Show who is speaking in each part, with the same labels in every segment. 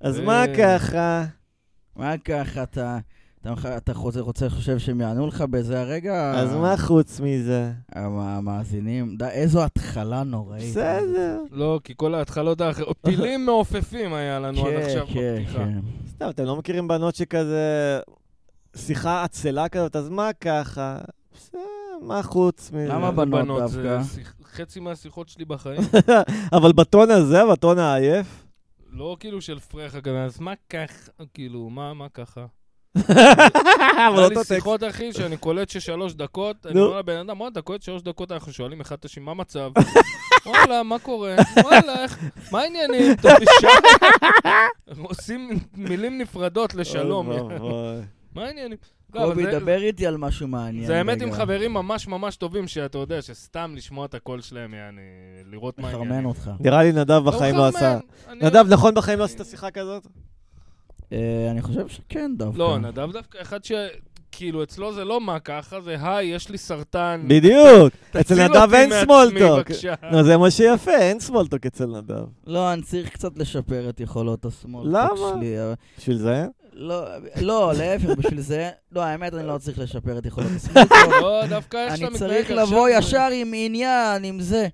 Speaker 1: אז
Speaker 2: אה.
Speaker 1: מה ככה?
Speaker 2: מה ככה, אתה... אתה, אתה חוזר, רוצה, חושב שהם יענו לך בזה הרגע?
Speaker 1: אז
Speaker 3: אה.
Speaker 1: מה חוץ מזה?
Speaker 2: המ- המאזינים, די, איזו התחלה נוראית.
Speaker 1: בסדר.
Speaker 3: לא, כי כל ההתחלות האחרות, פילים מעופפים היה לנו עד עכשיו
Speaker 2: כן, כן,
Speaker 3: בפתיחה.
Speaker 2: כן.
Speaker 1: סתם, אתם לא מכירים בנות שכזה... שיחה עצלה כזאת, אז מה ככה? בסדר, מה חוץ מזה?
Speaker 2: למה ב- הבנות
Speaker 3: אה, זה
Speaker 2: דווקא?
Speaker 3: שיח- חצי מהשיחות שלי בחיים.
Speaker 1: אבל בטון הזה, בטון העייף?
Speaker 3: לא כאילו של פרחה כזה, אז מה ככה, כאילו, מה, מה ככה?
Speaker 1: אה, אבל
Speaker 3: היה לי
Speaker 1: אותו טקסט.
Speaker 3: שיחות, אחי, שאני קולט ששלוש דקות, אני
Speaker 1: נו.
Speaker 3: אומר לבן אדם, וואלה, אתה קולט שלוש דקות, אנחנו שואלים אחד את השני, מה המצב? וואלה, מה קורה? וואלה, איך- מה העניינים? טוב, אישה. עושים מילים נפרדות לשלום.
Speaker 1: אוי ואבוי.
Speaker 3: מה העניינים? לא, אבל
Speaker 2: קובי,
Speaker 3: זה-
Speaker 2: דבר איתי על משהו מעניין.
Speaker 3: זה האמת עם
Speaker 2: רגע.
Speaker 3: חברים ממש ממש טובים, שאתה יודע, שסתם לשמוע את הקול שלהם, יעני, לראות מה העניינים.
Speaker 2: מחרמן אותך.
Speaker 1: נראה לי נדב בחיים לא עשה. נדב, נכון בחיים לא עשית שיחה כזאת?
Speaker 3: Mm.
Speaker 2: אה, אני חושב שכן דווקא.
Speaker 3: לא, נדב דווקא אחד ש... כאילו, אצלו זה לא מה ככה, זה היי, יש לי סרטן.
Speaker 1: בדיוק. אצל
Speaker 3: תציל
Speaker 1: נדב
Speaker 3: אותי
Speaker 1: אין
Speaker 3: מעצמי,
Speaker 1: סמולטוק.
Speaker 3: בבקשה.
Speaker 1: נו, זה מה שיפה, אין סמולטוק אצל נדב.
Speaker 2: לא, אני צריך קצת לשפר את יכולות השמאל.
Speaker 1: למה?
Speaker 2: שלי, אבל-
Speaker 1: בשביל זה?
Speaker 2: לא, לא, להפך, בשביל זה... לא, האמת, אני לא צריך לשפר את יכולות השמאל.
Speaker 3: לא, דווקא איך שאתה
Speaker 2: אני
Speaker 3: מתנהג
Speaker 2: צריך
Speaker 3: עכשיו,
Speaker 2: לבוא
Speaker 3: זה-
Speaker 2: ישר עם עניין, עם זה.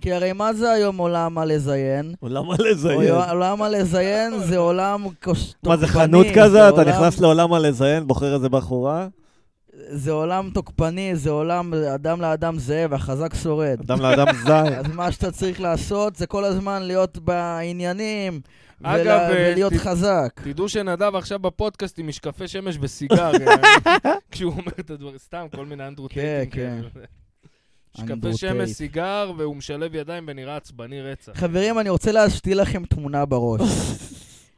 Speaker 2: כי הרי מה זה היום עולם הלזיין?
Speaker 1: או למה לזיין?
Speaker 2: עולם הלזיין זה עולם קוש-
Speaker 1: מה זה
Speaker 2: תוקפני,
Speaker 1: חנות כזה? אתה
Speaker 2: עולם-
Speaker 1: נכנס לעולם הלזיין, בוחר איזה בחורה?
Speaker 2: זה עולם תוקפני, זה עולם אדם לאדם זאב, החזק שורד.
Speaker 1: אדם לאדם זין.
Speaker 2: אז מה שאתה צריך לעשות זה כל הזמן להיות בעניינים,
Speaker 3: אגב,
Speaker 2: ולה-
Speaker 3: אה,
Speaker 2: ולהיות
Speaker 3: ת-
Speaker 2: חזק.
Speaker 3: תדעו שנדב עכשיו בפודקאסט עם משקפי שמש וסיגר, יעני, כשהוא אומר את הדברים, סתם, כל מיני אנדרו
Speaker 2: כן,
Speaker 3: טייטים כאלה.
Speaker 2: אנדרו
Speaker 3: משקפי שמש,
Speaker 2: טייט.
Speaker 3: סיגר, והוא משלב ידיים ונראה עצבני רצח.
Speaker 2: חברים, אני רוצה להשתיל לכם תמונה בראש.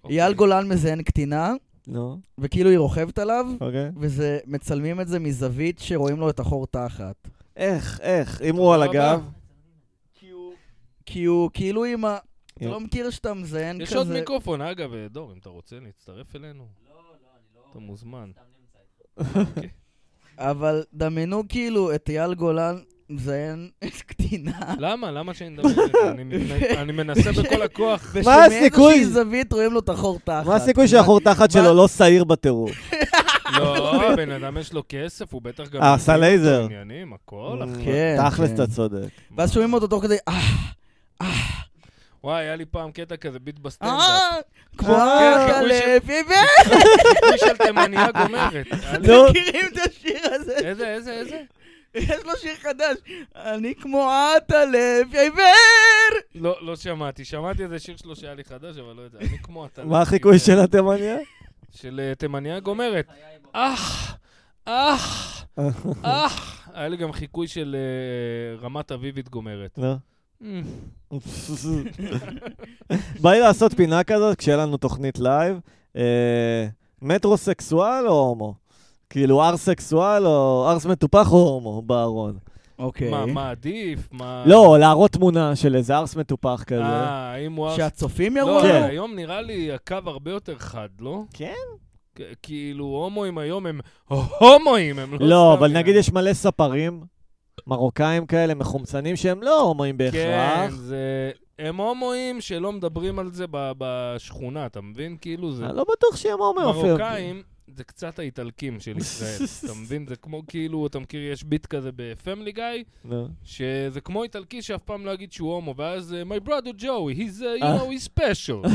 Speaker 3: אוקיי.
Speaker 2: אייל גולן מזיין קטינה,
Speaker 1: נו,
Speaker 2: וכאילו היא רוכבת עליו,
Speaker 1: אוקיי.
Speaker 2: וזה, מצלמים את זה מזווית שרואים לו את החור תחת.
Speaker 1: איך, איך, אם הוא על
Speaker 3: תודה
Speaker 1: הגב?
Speaker 3: רבה.
Speaker 2: כי הוא כאילו עם ה... אתה
Speaker 1: יופ.
Speaker 2: לא מכיר שאתה מזיין כזה.
Speaker 3: יש עוד מיקרופון, אגב, אה, דור, אם אתה רוצה להצטרף אלינו. לא, לא, אני לא... אתה מוזמן.
Speaker 2: אבל דמיינו כאילו את אייל גולן מזיין את קטינה.
Speaker 3: למה? למה שאני מדבר? איתך? אני מתנהג- אני מנסה בכל הכוח.
Speaker 1: הסיכוי?
Speaker 2: ושמאיזושהי זווית רואים לו את החור תחת.
Speaker 1: מה הסיכוי שהחור תחת שלו לא שעיר בטירוף?
Speaker 3: לא, הבן אדם יש לו כסף, הוא בטח גם...
Speaker 1: אה, עשה לייזר. Mm.
Speaker 3: עניינים, הכל, אחי.
Speaker 2: כן,
Speaker 1: תכלס,
Speaker 2: כן.
Speaker 1: אתה צודק.
Speaker 2: ואז שומעים אותו תוך כדי, אה,
Speaker 3: וואי, היה לי פעם קטע כזה ביט בסטנדאפ.
Speaker 2: אה, כמו
Speaker 1: אה,
Speaker 3: חיקוי של-
Speaker 2: הלוי,
Speaker 3: חיקוי של תימניה גומרת. היה לי-
Speaker 1: נו.
Speaker 2: מכירים את השיר הזה?
Speaker 3: איזה, איזה, איזה?
Speaker 2: יש לו שיר חדש, אני כמו עטלף, עיוור!
Speaker 3: לא, לא שמעתי. שמעתי איזה שיר שלו שהיה לי חדש, אבל לא יודע. אני כמו אתה.
Speaker 1: מה החיקוי של התימניה?
Speaker 3: של אה, תימניה גומרת. אה, אה, אה. היה לי גם חיקוי של אה, רמת אביבית גומרת.
Speaker 1: נו.
Speaker 3: אה,
Speaker 1: בא לי לעשות פינה כזאת כשאהיה לנו תוכנית לייב. אה, מטרוסקסואל או הומו? כאילו ארסקסואל או ארס מטופח או הומו בארון.
Speaker 2: אוקיי.
Speaker 3: מה, מה עדיף? מה...
Speaker 1: לא, להראות תמונה של איזה ארס מטופח כזה.
Speaker 3: אה, האם הוא... ארס-
Speaker 2: שהצופים יראו
Speaker 3: לא,
Speaker 1: כן.
Speaker 2: לנו?
Speaker 3: היום נראה לי הקו הרבה יותר חד, לא?
Speaker 1: כן.
Speaker 3: כ- כאילו, הומואים היום הם הומואים, הם לא סתם...
Speaker 1: לא, אבל
Speaker 3: נראה.
Speaker 1: נגיד יש מלא ספרים, מרוקאים כאלה, מחומצנים, שהם לא הומואים
Speaker 3: כן,
Speaker 1: בהכרח.
Speaker 3: זה... הם הומואים שלא מדברים על זה ב- בשכונה, אתה מבין? כאילו זה...
Speaker 1: אני לא בטוח שהם הומואים אפילו.
Speaker 3: מרוקאים זה קצת האיטלקים של ישראל, אתה מבין? זה כמו כאילו, אתה מכיר, יש ביט כזה בפמילי גיא,
Speaker 1: נו.
Speaker 3: שזה כמו איטלקי שאף פעם לא יגיד שהוא הומו, ואז אה, my brother Joey, he's, uh,
Speaker 1: אה.
Speaker 3: you know, he's special,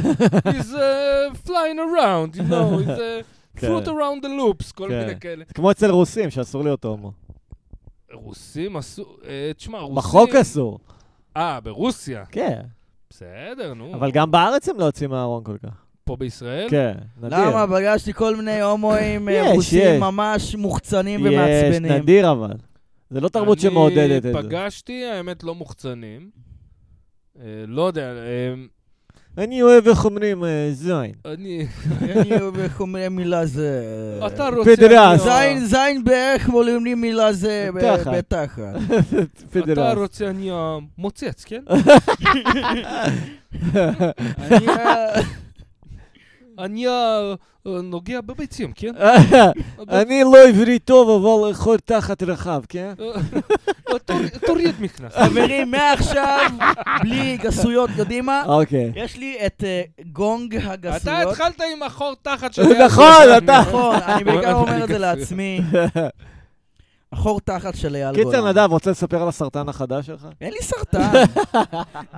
Speaker 3: he's uh, flying around, you know, he's uh,
Speaker 1: כן.
Speaker 3: fruit around the loops, כל
Speaker 1: כן.
Speaker 3: מיני כאלה.
Speaker 1: זה כמו אצל רוסים, שאסור להיות הומו.
Speaker 3: רוסים עשו, אה, תשמע, רוסים...
Speaker 1: בחוק אסור.
Speaker 3: אה, ברוסיה.
Speaker 1: כן.
Speaker 3: בסדר, נו.
Speaker 1: אבל גם בארץ הם לא יוצאים מהארון כל כך.
Speaker 3: פה בישראל?
Speaker 1: כן, נדיר.
Speaker 2: למה? פגשתי כל מיני הומואים אה,
Speaker 1: יש, יש.
Speaker 2: רוסים ממש מוחצנים
Speaker 1: יש,
Speaker 2: ומעצבנים.
Speaker 1: נדיר אבל. זה לא תרבות שמעודדת את זה.
Speaker 3: אני פגשתי, האמת, לא מוחצנים. אה, לא יודע, אה,
Speaker 1: אני אוהב, איך אומרים, אה, זין.
Speaker 3: אני...
Speaker 2: אני אוהב איך אומרים מילה זה...
Speaker 3: אתה רוצה...
Speaker 1: אה, פדרס.
Speaker 3: אני- אה,
Speaker 2: זין, זין באיך אומרים לי מילה זה ב-
Speaker 1: תחת.
Speaker 2: בתחת.
Speaker 3: אתה
Speaker 1: פדרס.
Speaker 3: רוצה, אני אה, מוצץ, כן?
Speaker 2: אני, אה,
Speaker 3: אני אה, אה, נוגע בביצים, כן?
Speaker 1: אה, אני לא עברי טוב, אבל יכול תחת רחב, כן?
Speaker 3: אה, אה, תור- תוריד מכנס.
Speaker 1: אה,
Speaker 2: חברים, מעכשיו, בלי גסויות, יודעים
Speaker 3: אה,
Speaker 2: מה?
Speaker 1: אוקיי.
Speaker 2: יש לי את אה, גונג הגסויות.
Speaker 3: אתה התחלת עם החור תחת של...
Speaker 1: נכון, אתה...
Speaker 2: נכון, אני
Speaker 1: אוקיי,
Speaker 2: בעיקר אומר את זה
Speaker 3: גסויות.
Speaker 2: לעצמי.
Speaker 3: כן.
Speaker 2: החור תחת של אייל גולן.
Speaker 1: קיצר, נדב, רוצה לספר על הסרטן החדש שלך?
Speaker 2: אין לי סרטן.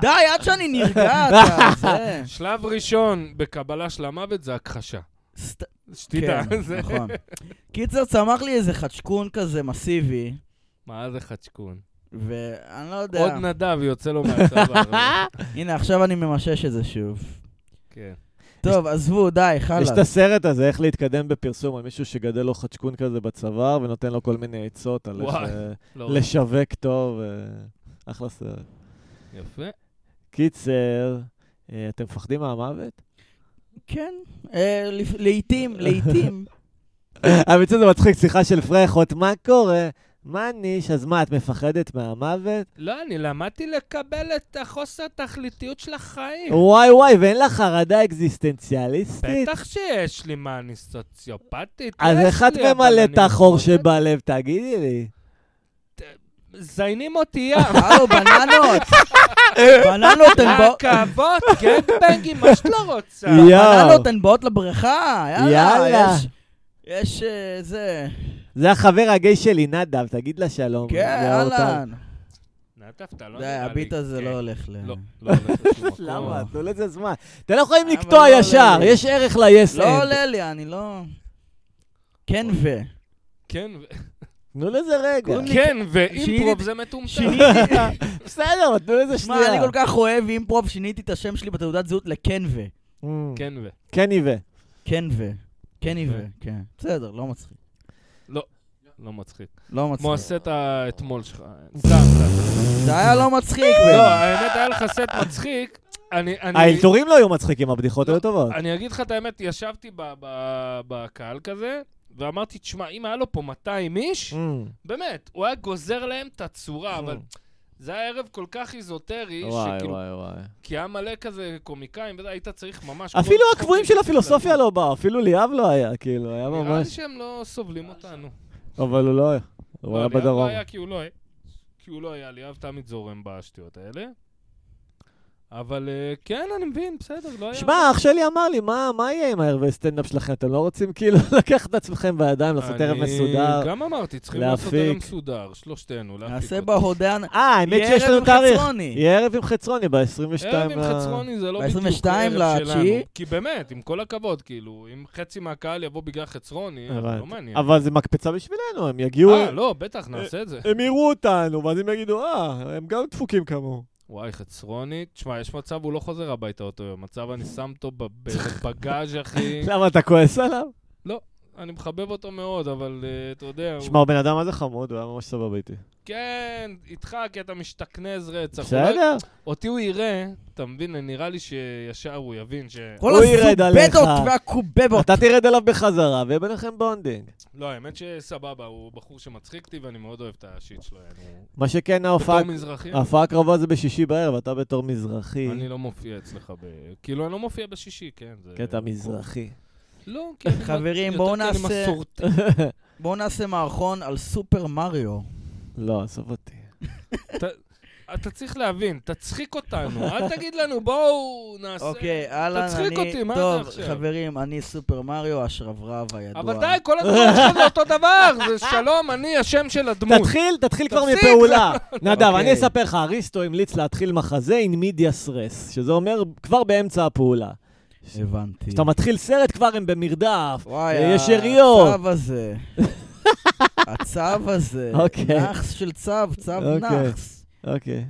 Speaker 2: די, עד שאני נרגע, אתה, זה.
Speaker 3: שלב ראשון בקבלה של המוות זה הכחשה.
Speaker 2: סת-
Speaker 3: שתדע.
Speaker 2: כן,
Speaker 3: זה-
Speaker 2: נכון. קיצר, צמח לי איזה חדשקון כזה מסיבי,
Speaker 3: מה זה חצ'קון?
Speaker 2: ואני לא יודע.
Speaker 3: עוד נדב יוצא לו מהצבא.
Speaker 2: הנה, עכשיו אני ממשש את זה שוב.
Speaker 3: כן.
Speaker 2: טוב, עזבו, די,
Speaker 1: יש את
Speaker 2: חלאס.
Speaker 1: הסרט הזה, איך להתקדם בפרסום, על מישהו שגדל לו חדשקון כזה בצוואר ונותן לו כל מיני עצות על איך
Speaker 3: וואי.
Speaker 1: אה,
Speaker 3: לא,
Speaker 1: לשווק טוב. אה, אחלה סרט.
Speaker 3: יפה.
Speaker 1: קיצר, אה, אתם מפחדים מהמוות?
Speaker 2: כן, אה, לפ- לעתים, לעתים.
Speaker 1: האמת שזה מצחיק, שיחה של פרחות, מה קורה? מה ניש? אז מה, את מפחדת מהמוות?
Speaker 3: לא, אני למדתי לקבל את החוסר תכליתיות של החיים.
Speaker 1: וואי וואי, ואין לך חרדה אקזיסטנציאליסטית?
Speaker 3: כן. בטח שיש לי מה, אני סוציופטית.
Speaker 1: אז
Speaker 3: יש
Speaker 1: איך את
Speaker 3: לי, אבל
Speaker 1: ממלאת
Speaker 3: אני
Speaker 1: את החור
Speaker 3: מפחדת.
Speaker 1: שבלב? תגידי לי.
Speaker 3: זיינים אותי ים.
Speaker 2: הלו, בננות. בננות הן באות...
Speaker 3: רכבות, גטבנגים, מה שאת לא רוצה.
Speaker 1: יואו,
Speaker 2: בננות הן באות לבריכה, יאללה.
Speaker 1: יאללה.
Speaker 2: יש- יש אה, זה...
Speaker 1: זה החבר הגיי שלי, נדב, תגיד לה שלום.
Speaker 2: כן,
Speaker 1: זה אותה-
Speaker 2: אהלן.
Speaker 3: נטף, אתה לא
Speaker 2: די,
Speaker 3: נראה לי.
Speaker 2: הביט הזה
Speaker 3: כן.
Speaker 2: לא הולך ל...
Speaker 3: לא, לא הולך לשום מקום.
Speaker 1: למה? תנו לזה זמן. אתם לא יכולים
Speaker 2: אבל
Speaker 1: לקטוע
Speaker 2: לא
Speaker 1: ישר,
Speaker 2: עולה לי.
Speaker 1: יש ערך ל-yes
Speaker 2: לא
Speaker 1: end.
Speaker 2: עולה לי, אני לא... כן ו...
Speaker 3: כן, ו-
Speaker 1: תנו לזה רגע.
Speaker 3: כן, ואימפרוב
Speaker 2: שיניתי-
Speaker 3: זה מטומטם.
Speaker 2: שיניתי...
Speaker 1: בסדר, תנו לזה
Speaker 2: שמע,
Speaker 1: שנייה.
Speaker 2: אני כל כך אוהב אימפרוב, שיניתי את השם שלי בתעודת זהות לכן ו.
Speaker 1: Mm,
Speaker 3: כן ו...
Speaker 1: כן עיווה.
Speaker 2: כן ו. כן ו.
Speaker 3: יפה.
Speaker 2: כן. בסדר, לא מצחיק.
Speaker 3: לא מצחיק.
Speaker 2: לא
Speaker 3: כמו
Speaker 2: מצחיק.
Speaker 3: הסט האתמול שלך. סתם, סתם.
Speaker 2: זה היה לא מצחיק.
Speaker 3: לא,
Speaker 2: באמת.
Speaker 3: האמת, היה לך סט מצחיק. אני... אני-
Speaker 1: האלתורים לא היו מצחיקים, הבדיחות
Speaker 3: לא,
Speaker 1: היו טובות.
Speaker 3: אני אגיד לך את האמת, ישבתי ב- ב- בקהל כזה, ואמרתי, תשמע, אם היה לו פה 200 איש,
Speaker 1: Mm,
Speaker 3: באמת, הוא היה גוזר להם את הצורה, אבל
Speaker 1: Mm.
Speaker 3: זה היה ערב כל כך איזוטרי,
Speaker 1: וואי,
Speaker 3: שכאילו,
Speaker 1: וואי, וואי.
Speaker 3: כי היה מלא כזה קומיקאים, וזה, היית צריך ממש... כל
Speaker 1: אפילו
Speaker 3: הצחוקים
Speaker 1: הקבועים של הפילוסופיה
Speaker 3: לדעת.
Speaker 1: לא באו, אפילו ליאב לא היה, כאילו, היה
Speaker 3: נראה לי
Speaker 1: ממש...
Speaker 3: שהם לא סובלים אותנו.
Speaker 1: אבל הוא לא היה, הוא
Speaker 3: לא,
Speaker 1: היה
Speaker 3: ליאב לא
Speaker 1: בדרום.
Speaker 3: היה כי הוא לא היה, כי הוא לא היה, ליאב תמיד זורם בשטויות האלה. אבל אה, כן, אני מבין, בסדר, לא היה...
Speaker 1: שמע, אח שלי אמר לי, מה מה יהיה עם הערבי סטנדאפ שלכם? אתם לא רוצים כאילו לקחת את עצמכם בידיים, לעשות ערב מסודר?
Speaker 3: אני גם אמרתי, צריכים לעשות ערב
Speaker 1: להפיק.
Speaker 3: מסודר, שלושתנו, להפיק.
Speaker 2: נעשה
Speaker 3: אותו.
Speaker 2: בהודעה...
Speaker 1: אה, האמת
Speaker 2: יהיה
Speaker 1: שיש
Speaker 2: ערב
Speaker 1: לנו
Speaker 2: עם
Speaker 1: תאריך.
Speaker 2: חצרוני.
Speaker 1: יהיה ערב עם חצרוני ב-22...
Speaker 3: ערב עם חצרוני זה לא בדיוק ערב
Speaker 2: ב-22
Speaker 3: שלנו.
Speaker 2: לתשיעי?
Speaker 3: כי באמת, עם כל הכבוד, כאילו, אם חצי מהקהל יבוא בגלל חצרוני, אז זה לא מעניין.
Speaker 1: אבל זה מקפצה בשבילנו, הם יגיעו...
Speaker 3: אה, לא, בטח, נעשה את זה.
Speaker 1: הם יראו אותנו, ואז הם יגידו, אה, הם גם דפוקים כמוהו.
Speaker 3: וואי, חצרוני, תשמע, יש מצב, הוא לא חוזר הביתה אותו יום. מצב, אני שם אותו בבגאז', אחי.
Speaker 1: למה, אתה כועס עליו?
Speaker 3: אני מחבב אותו מאוד, אבל אה, אתה יודע, הוא-
Speaker 1: שמע, הבן אדם הזה חמוד, הוא היה ממש סבבה איתי.
Speaker 3: כן, איתך, כי אתה משתכנז רצח. אולי-
Speaker 1: בסדר?
Speaker 3: אותי הוא יראה, אתה מבין? נראה לי שישר הוא יבין ש...
Speaker 2: כל
Speaker 1: הוא ירד עליך.
Speaker 2: הזובדות והקובבות.
Speaker 1: אתה תרד אליו בחזרה, ויהיה ביניכם בונדינג.
Speaker 3: לא, האמת שסבבה, הוא בחור שמצחיק אותי ואני מאוד אוהב את השיט שלו. יענו.
Speaker 1: מה שכן, ההופעה
Speaker 3: בתור מזרחי,
Speaker 1: ההופעה הקרובה זה בשישי בערב, אתה בתור מזרחי.
Speaker 3: אני לא מופיע אצלך ב... כאילו, אני לא מופיע בשישי, כן. זה-
Speaker 1: כי אתה מזרחי.
Speaker 3: לא, כי אני...
Speaker 2: חברים,
Speaker 3: יותר
Speaker 2: בואו
Speaker 3: כי אני
Speaker 2: נעשה-
Speaker 3: מסורתי.
Speaker 2: בואו נעשה מערכון על סופר מריו.
Speaker 1: לא, עזוב אותי.
Speaker 3: אתה צריך להבין, תצחיק אותנו, אל תגיד לנו, בואו נעשה...
Speaker 2: אוקיי, אהלן, אני...
Speaker 3: תצחיק אותי, מה אתה עכשיו?
Speaker 2: טוב, חברים, אני סופר מריו, השרברב הידוע.
Speaker 3: אבל די, כל הדברים שלך זה אותו דבר, זה שלום, אני השם של הדמות.
Speaker 1: תתחיל, תתחיל כבר
Speaker 3: תפסיק.
Speaker 1: מפעולה. נדב, אני
Speaker 2: אוקיי.
Speaker 1: אספר לך, אריסטו המליץ להתחיל מחזה in media stress, שזה אומר כבר באמצע הפעולה.
Speaker 2: הבנתי.
Speaker 1: כשאתה מתחיל סרט כבר הם במרדף.
Speaker 2: וואי,
Speaker 1: אה, יש יריות.
Speaker 2: הצו הזה. הצו הזה.
Speaker 1: אוקיי.
Speaker 2: נאחס של צו, צו
Speaker 1: אוקיי.
Speaker 2: נאחס.
Speaker 1: אוקיי,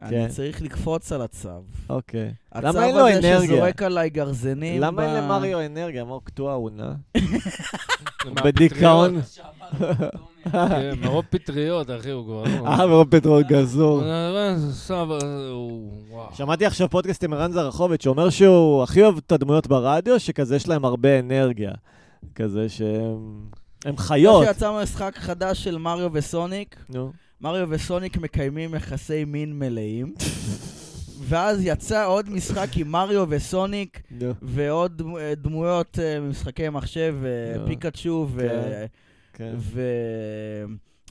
Speaker 1: כן.
Speaker 2: אני צריך לקפוץ על הצו.
Speaker 1: אוקיי.
Speaker 2: הצו
Speaker 1: למה אין לו
Speaker 2: הזה
Speaker 1: אנרגיה?
Speaker 2: שזורק עליי גרזנים.
Speaker 1: אה, למה אין
Speaker 2: ב-
Speaker 1: למריו אנרגיה? מה, הוא קטוע עונה?
Speaker 3: זה
Speaker 1: הוא
Speaker 3: מהפטריות.
Speaker 1: בדיכאון.
Speaker 3: כן, מרוב פטריות, אחי, הוא כבר... לא-
Speaker 1: אה, מרוב פטרול גזור.
Speaker 3: אה, סבא, הוא... וואו.
Speaker 1: שמעתי עכשיו פודקאסט עם ערן זרחוביץ', שאומר שהוא הכי אוהב את הדמויות ברדיו, שכזה יש להם הרבה אנרגיה. כזה שהם... הם
Speaker 2: כמו
Speaker 1: חיות.
Speaker 2: שיצא משחק חדש של מריו וסוניק,
Speaker 1: נו.
Speaker 2: מריו וסוניק מקיימים יחסי מין מלאים. ואז יצא עוד משחק עם מריו וסוניק,
Speaker 1: נו,
Speaker 2: ועוד אה, דמויות אה, ממשחקי מחשב, אה,
Speaker 1: נו.
Speaker 2: פיקאצ'ו ו- אה,
Speaker 1: כן.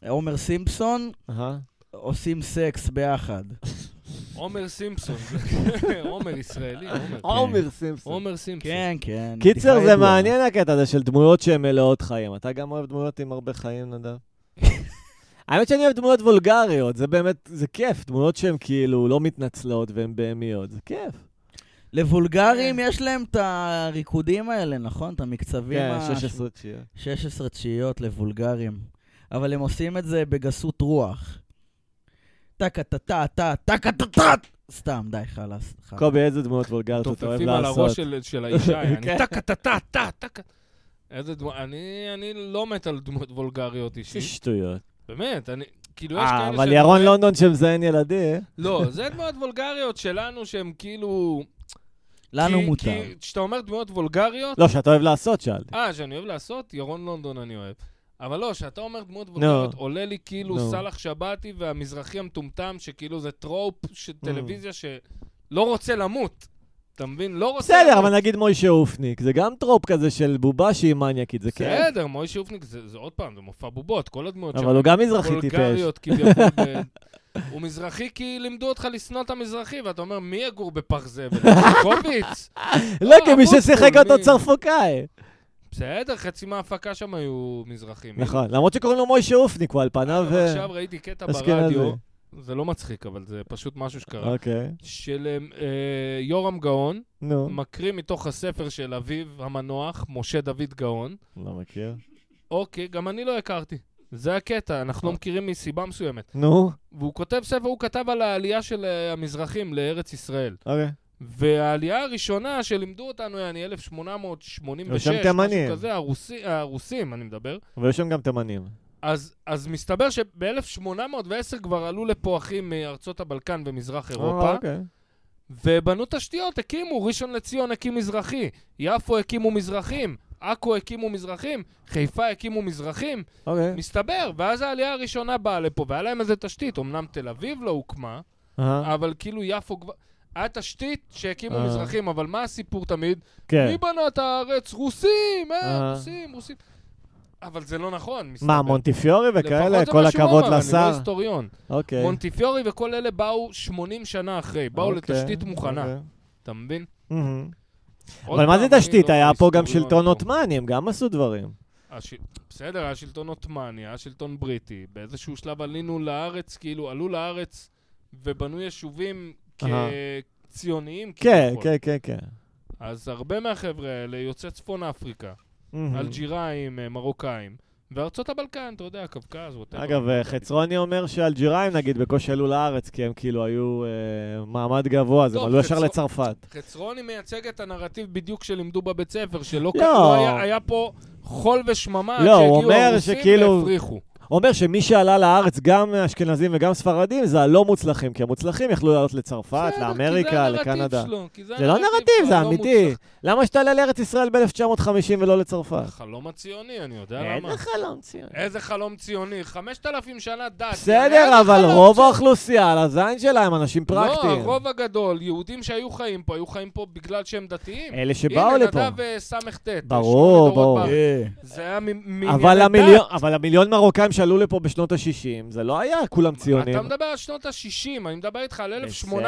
Speaker 2: ועומר סימפסון,
Speaker 1: אהה.
Speaker 2: עושים סקס ביחד.
Speaker 3: עומר סימפסון. עומר ישראלי, עומר.
Speaker 1: עומר אה, סימפסון.
Speaker 3: עומר סימפסון.
Speaker 2: כן, כן.
Speaker 1: קיצר,
Speaker 2: בדיחה
Speaker 1: זה
Speaker 2: ידועה.
Speaker 1: מעניין הקטע הזה של דמויות שהן מלאות חיים. אתה גם אוהב דמויות עם הרבה חיים, נדב? האמת שאני אוהב דמויות וולגריות, זה באמת, זה כיף. דמויות שהן כאילו לא מתנצלות והן בהמיות, זה כיף.
Speaker 2: לבולגרים יש להם את הריקודים האלה, נכון? את המקצבים
Speaker 1: כן,
Speaker 2: ה-
Speaker 1: 16 תשיעיות.
Speaker 3: אה.
Speaker 2: 16 תשיעיות לבולגרים. אבל הם עושים את זה בגסות רוח. טקה טה טה טה טקה טה טה סתם, די, חלאס. חלאס.
Speaker 1: קובי, איזה דמויות וולגריות אתה אוהב
Speaker 3: תופפים על הראש
Speaker 1: לעשות?
Speaker 3: של- של האישה, אני
Speaker 1: כן.
Speaker 3: טקה טה טה טה טקה. איזה דמו... אני, אני לא מת על דמות וולגריות אישית.
Speaker 1: שטויות.
Speaker 3: באמת, אני... כאילו, יש
Speaker 1: אה,
Speaker 3: כאלה
Speaker 1: אבל
Speaker 3: שאני
Speaker 1: ירון
Speaker 3: רואה-
Speaker 1: לונדון שמזיין ילדים,
Speaker 3: לא, זה דמויות וולגריות שלנו שהן כאילו...
Speaker 2: לנו
Speaker 3: כי-
Speaker 2: מותר.
Speaker 3: כי כשאתה אומר דמויות וולגריות...
Speaker 1: לא, שאתה אוהב לעשות, שאלתי.
Speaker 3: אה, שאני אוהב לעשות? ירון לונדון אני אוהב. אבל לא, כשאתה אומר דמות וולגריות,
Speaker 1: נו.
Speaker 3: עולה לי
Speaker 1: נו.
Speaker 3: כאילו סאלח שבתי והמזרחי המטומטם, שכאילו זה טרופ של
Speaker 1: לא.
Speaker 3: טלוויזיה שלא רוצה למות. אתה מבין? לא רוצה...
Speaker 1: בסדר,
Speaker 3: למות.
Speaker 1: אבל נגיד מוישה אופניק, זה גם טרופ כזה של בובה שהיא מניאקית, זה כיף.
Speaker 3: בסדר, מוישה אופניק זה זה עוד פעם, זה מופע בובות, כל הדמויות
Speaker 1: כן. אבל הוא גם מזרחי טיפש.
Speaker 3: וולגריות כביכול. ב- הוא מזרחי כי לימדו אותך לשנוא את המזרחי, ואתה אומר, מי יגור בפח זבל? קוביץ?
Speaker 1: לא,
Speaker 3: אה,
Speaker 1: כמי
Speaker 3: אבוטבול,
Speaker 1: ששיחק אותו
Speaker 3: מי?
Speaker 1: צרפוקאי.
Speaker 3: בסדר, חצי מההפקה שם היו מזרחים.
Speaker 1: נכון, למרות שקוראים לו מוישה אופניק, הוא על פניו...
Speaker 3: אבל
Speaker 1: אה,
Speaker 3: עכשיו ראיתי קטע
Speaker 1: אשכנזי.
Speaker 3: ברדיו, זה לא מצחיק, אבל זה פשוט משהו שקרה,
Speaker 1: אוקיי,
Speaker 3: של אה, יורם גאון,
Speaker 1: נו.
Speaker 3: מקריא מתוך הספר של אביו המנוח, משה דוד גאון.
Speaker 1: לא מכיר.
Speaker 3: אוקיי, גם אני לא הכרתי. זה הקטע,
Speaker 1: נכון.
Speaker 3: אנחנו לא מכירים מסיבה מסוימת.
Speaker 1: נו,
Speaker 3: והוא כותב ספר, הוא כתב על העלייה של אה, המזרחים לארץ ישראל.
Speaker 1: אוקיי.
Speaker 3: והעלייה הראשונה שלימדו אותנו, יעני 1886,
Speaker 1: ושם
Speaker 3: משהו
Speaker 1: תימנים.
Speaker 3: כזה, הרוסי, הרוסים, אני מדבר.
Speaker 1: אבל יש שם גם תימנים.
Speaker 3: אז, אז מסתבר שב-1810 כבר עלו לפה אחים מארצות הבלקן ומזרח
Speaker 1: אה,
Speaker 3: אירופה,
Speaker 1: אוקיי.
Speaker 3: ובנו תשתיות, הקימו, ראשון לציון הקים מזרחי, יפו הקימו מזרחים, עכו הקימו מזרחים, חיפה הקימו מזרחים,
Speaker 1: אוקיי.
Speaker 3: מסתבר, ואז העלייה הראשונה באה לפה, והיה להם איזה תשתית, אמנם תל אביב לא הוקמה,
Speaker 1: אהה,
Speaker 3: אבל כאילו יפו כבר... היה תשתית שהקימו
Speaker 1: אה.
Speaker 3: מזרחים, אבל מה הסיפור תמיד?
Speaker 1: כן.
Speaker 3: מי בנה את הארץ? רוסים,
Speaker 1: אה.
Speaker 3: אה, רוסים, רוסים. אבל זה לא נכון, מסתבר.
Speaker 1: מה, מונטיפיורי וכאלה?
Speaker 3: לפחות זה
Speaker 1: כל
Speaker 3: מה שהוא
Speaker 1: הכבוד
Speaker 3: אמר, אני לא
Speaker 1: לשר.
Speaker 3: היסטוריון.
Speaker 1: אוקיי.
Speaker 3: מונטיפיורי וכל אלה באו 80 שנה אחרי, באו
Speaker 1: אוקיי,
Speaker 3: לתשתית מוכנה,
Speaker 1: אוקיי.
Speaker 3: אתה מבין?
Speaker 1: מהמם.
Speaker 3: עוד
Speaker 1: אבל מה זה
Speaker 3: פעם, אני
Speaker 1: תשתית?
Speaker 3: לא נכון.
Speaker 1: היה פה גם
Speaker 3: היסטוריון
Speaker 1: שלטון
Speaker 3: פה.
Speaker 1: עות'מאני, הם גם עשו דברים.
Speaker 3: הש- בסדר, היה שלטון עות'מאני, היה שלטון בריטי. באיזשהו שלב עלינו לארץ, כאילו, עלו לארץ ובנו יישובים
Speaker 1: אהה.
Speaker 3: כציוניים.
Speaker 1: כן,
Speaker 3: כביכול.
Speaker 1: כן, כן, כן.
Speaker 3: אז הרבה מהחבר'ה האלה יוצאי צפון אפריקה,
Speaker 1: מהמם.
Speaker 3: אלג'יראים, אה, מרוקאים, וארצות הבלקן, אתה יודע, קווקז, ווטאבר.
Speaker 1: אגב, אה, חצרוני אומר שאלג'יראים נגיד בקושי עלו לארץ, כי הם כאילו היו אה, מעמד גבוה, אז הם
Speaker 3: טוב,
Speaker 1: עלו ישר
Speaker 3: חצרו-
Speaker 1: לצרפת.
Speaker 3: חצרוני מייצג את הנרטיב בדיוק שלימדו בבית ספר, שלא
Speaker 1: לא.
Speaker 3: לא היה, היה פה חול ושממה עד
Speaker 1: לא, הוא
Speaker 3: שהגיעו
Speaker 1: אומר
Speaker 3: הרוסים
Speaker 1: שכאילו-
Speaker 3: והפריחו.
Speaker 1: אומר שמי שעלה לארץ, גם אשכנזים וגם ספרדים, זה הלא מוצלחים, כי המוצלחים יכלו לעלות לצרפת,
Speaker 3: בסדר, כי
Speaker 1: לאמריקה,
Speaker 3: הנרטיב
Speaker 1: לקנדה.
Speaker 3: שלו, כי
Speaker 1: זה לא
Speaker 3: הנרטיב
Speaker 1: נרטיב,
Speaker 3: שלו,
Speaker 1: זה
Speaker 3: הלא
Speaker 1: אמיתי.
Speaker 3: מוצלח.
Speaker 1: למה שתעלה לארץ ישראל ב-1950 ולא לצרפת?
Speaker 3: החלום הציוני, אני יודע למה.
Speaker 1: איזה חלום ציוני.
Speaker 3: איזה חלום ציוני? 5,000 שנה דת.
Speaker 1: בסדר,
Speaker 3: איזה
Speaker 1: אבל
Speaker 3: חלום
Speaker 1: רוב
Speaker 3: ציוני?
Speaker 1: האוכלוסייה על הזין שלה הם אנשים
Speaker 3: לא,
Speaker 1: פרקטיים.
Speaker 3: הרוב הגדול, יהודים שהיו חיים פה, היו חיים פה בגלל שהם דתיים.
Speaker 1: אלה אה, שבאו לפה.
Speaker 3: הנה, נדב אה, סט. אה,
Speaker 1: ברור,
Speaker 3: שמונה דורות
Speaker 1: ברור.
Speaker 3: בארץ.
Speaker 2: אה,
Speaker 3: זה היה מ- מענייני
Speaker 1: אבל
Speaker 3: דת.
Speaker 1: המיליון- אבל המיליון מרוקאים שעלו לפה בשנות ה-60, זה לא היה כולם
Speaker 3: אתה
Speaker 1: ציונים.
Speaker 3: מדבר על שנות ה-60, אני מדבר איתך על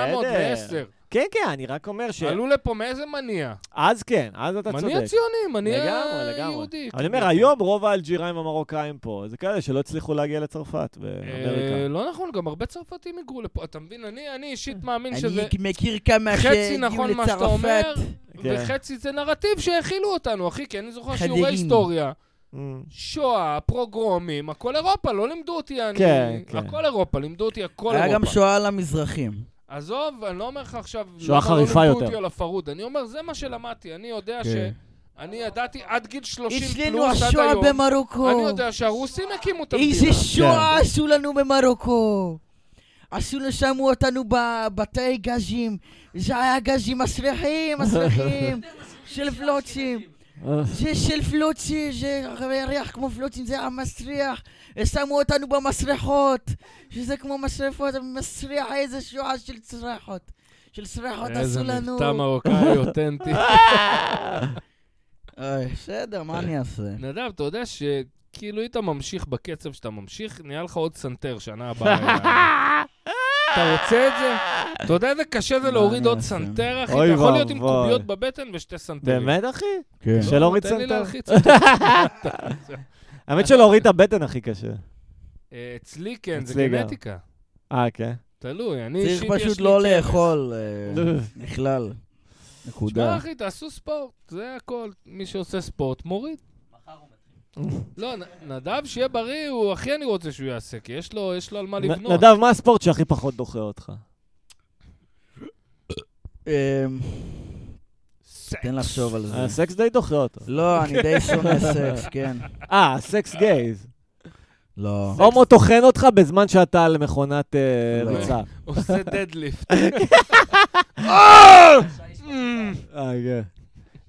Speaker 3: 1810.
Speaker 1: בסדר. כן, כן, אני רק אומר ש...
Speaker 3: עלו לפה מאיזה מניע?
Speaker 1: אז כן, אז אתה צודק.
Speaker 3: מניע ציוני, מניע
Speaker 1: לגמרי, לגמרי.
Speaker 3: יהודי.
Speaker 1: אבל אני אומר, היום רוב האלג'יראים המרוקאים פה, זה כאלה שלא הצליחו להגיע לצרפת
Speaker 3: אה,
Speaker 1: באמריקה.
Speaker 3: לא נכון, גם הרבה צרפתים היגרו לפה. אתה מבין? אני אני
Speaker 1: אה.
Speaker 3: אישית מאמין
Speaker 2: אני
Speaker 3: שזה...
Speaker 2: מכיר כמה
Speaker 3: חצי
Speaker 2: שהגיעו
Speaker 3: נכון מה שאתה
Speaker 2: לצרפת.
Speaker 3: אומר,
Speaker 1: כן.
Speaker 3: וחצי זה נרטיב שהכילו אותנו, אחי, כי אני זוכר
Speaker 2: חדרים.
Speaker 3: שיעורי היסטוריה,
Speaker 1: אמ,
Speaker 3: שואה, פרוגרומים, הכל אירופה, לא לימדו אותי, אני...
Speaker 1: כן, כן.
Speaker 3: הכל אירופה, לימדו אותי הכל
Speaker 2: היה גם
Speaker 3: אירופה.
Speaker 2: שואה על המזרחים.
Speaker 3: עזוב, אני לא אומר לך עכשיו...
Speaker 1: שואה
Speaker 3: למה
Speaker 1: חריפה
Speaker 3: לא לימדו
Speaker 1: יותר. כן.
Speaker 3: אותי על הפרהוד, אני אומר, זה מה שלמדתי, אני יודע ש... אני ידעתי עד גיל 30
Speaker 2: אצלנו
Speaker 3: אה, פלוס עד
Speaker 2: השואה
Speaker 3: היום.
Speaker 2: במרוקו.
Speaker 3: אני יודע שהרוסים הקימו את המדינה.
Speaker 2: איזה שואה עשו לנו במרוקו. עשו לנו, שמו אותנו ב- בתאי גזים. זה היה גזים מסריחים, מסריחים. של פלוצים.
Speaker 1: אה,
Speaker 2: זה של פלוצים, זה ריח כמו פלוצים, זה המסריח. שמו אותנו במסריחות. שזה כמו מסריחות, מסריח איזה שואה של צרחות. של סרחות
Speaker 3: איזה
Speaker 2: עשו לנו.
Speaker 3: מבטא מרוקאי אותנטי.
Speaker 2: אוי, בסדר, מה אני אעשה?
Speaker 3: נדב, אתה יודע שכאילו היית ממשיך בקצב שאתה ממשיך, נהיה לך עוד סנטר שנה הבאה. אתה רוצה את זה? אתה יודע איזה קשה זה
Speaker 2: מה
Speaker 3: להוריד
Speaker 2: אני
Speaker 3: עוד
Speaker 2: אעשה?
Speaker 3: סנטר, אחי? אתה
Speaker 1: אוי
Speaker 3: יכול להיות עם
Speaker 1: ואבוי.
Speaker 3: קוביות בבטן ושתי סנטרים. לא,
Speaker 1: באמת, אחי?
Speaker 2: כן.
Speaker 1: שלא הוריד
Speaker 3: תן לי
Speaker 1: סנטר?
Speaker 3: להלחיץ אותו.
Speaker 1: האמת שלהוריד את הבטן הכי קשה.
Speaker 3: אה, אצלי כן, זה
Speaker 1: אצלי גם.
Speaker 3: גנטיקה.
Speaker 1: אה, כן.
Speaker 3: תלוי, אני
Speaker 2: צריך
Speaker 3: אישית
Speaker 2: פשוט
Speaker 3: יש לי
Speaker 2: לא
Speaker 3: כאב.
Speaker 2: לאכול אה, בכלל.
Speaker 3: שמע,
Speaker 2: נקודה.
Speaker 3: אחי, תעשו ספורט, זה הכל. מי שעושה ספורט, מוריד. לא, נ- נדב, שיהיה בריא, הוא הכי אני רוצה שהוא יעשה, כי יש לו יש לו על מה
Speaker 1: נ-
Speaker 3: לבנות.
Speaker 1: נדב, מה הספורט שהכי פחות דוחה אותך?
Speaker 2: אה,
Speaker 3: סקס.
Speaker 2: תן לחשוב על זה.
Speaker 1: הסקס די דוחה אותו.
Speaker 2: לא, אני די שונא סקס, כן.
Speaker 1: אה, הסקס גייז.
Speaker 2: לא.
Speaker 1: הומו טוחן אותך בזמן שאתה על מכונת אה,
Speaker 2: לא.
Speaker 1: ריצה.
Speaker 3: עושה דדליפט.
Speaker 1: אה, כן.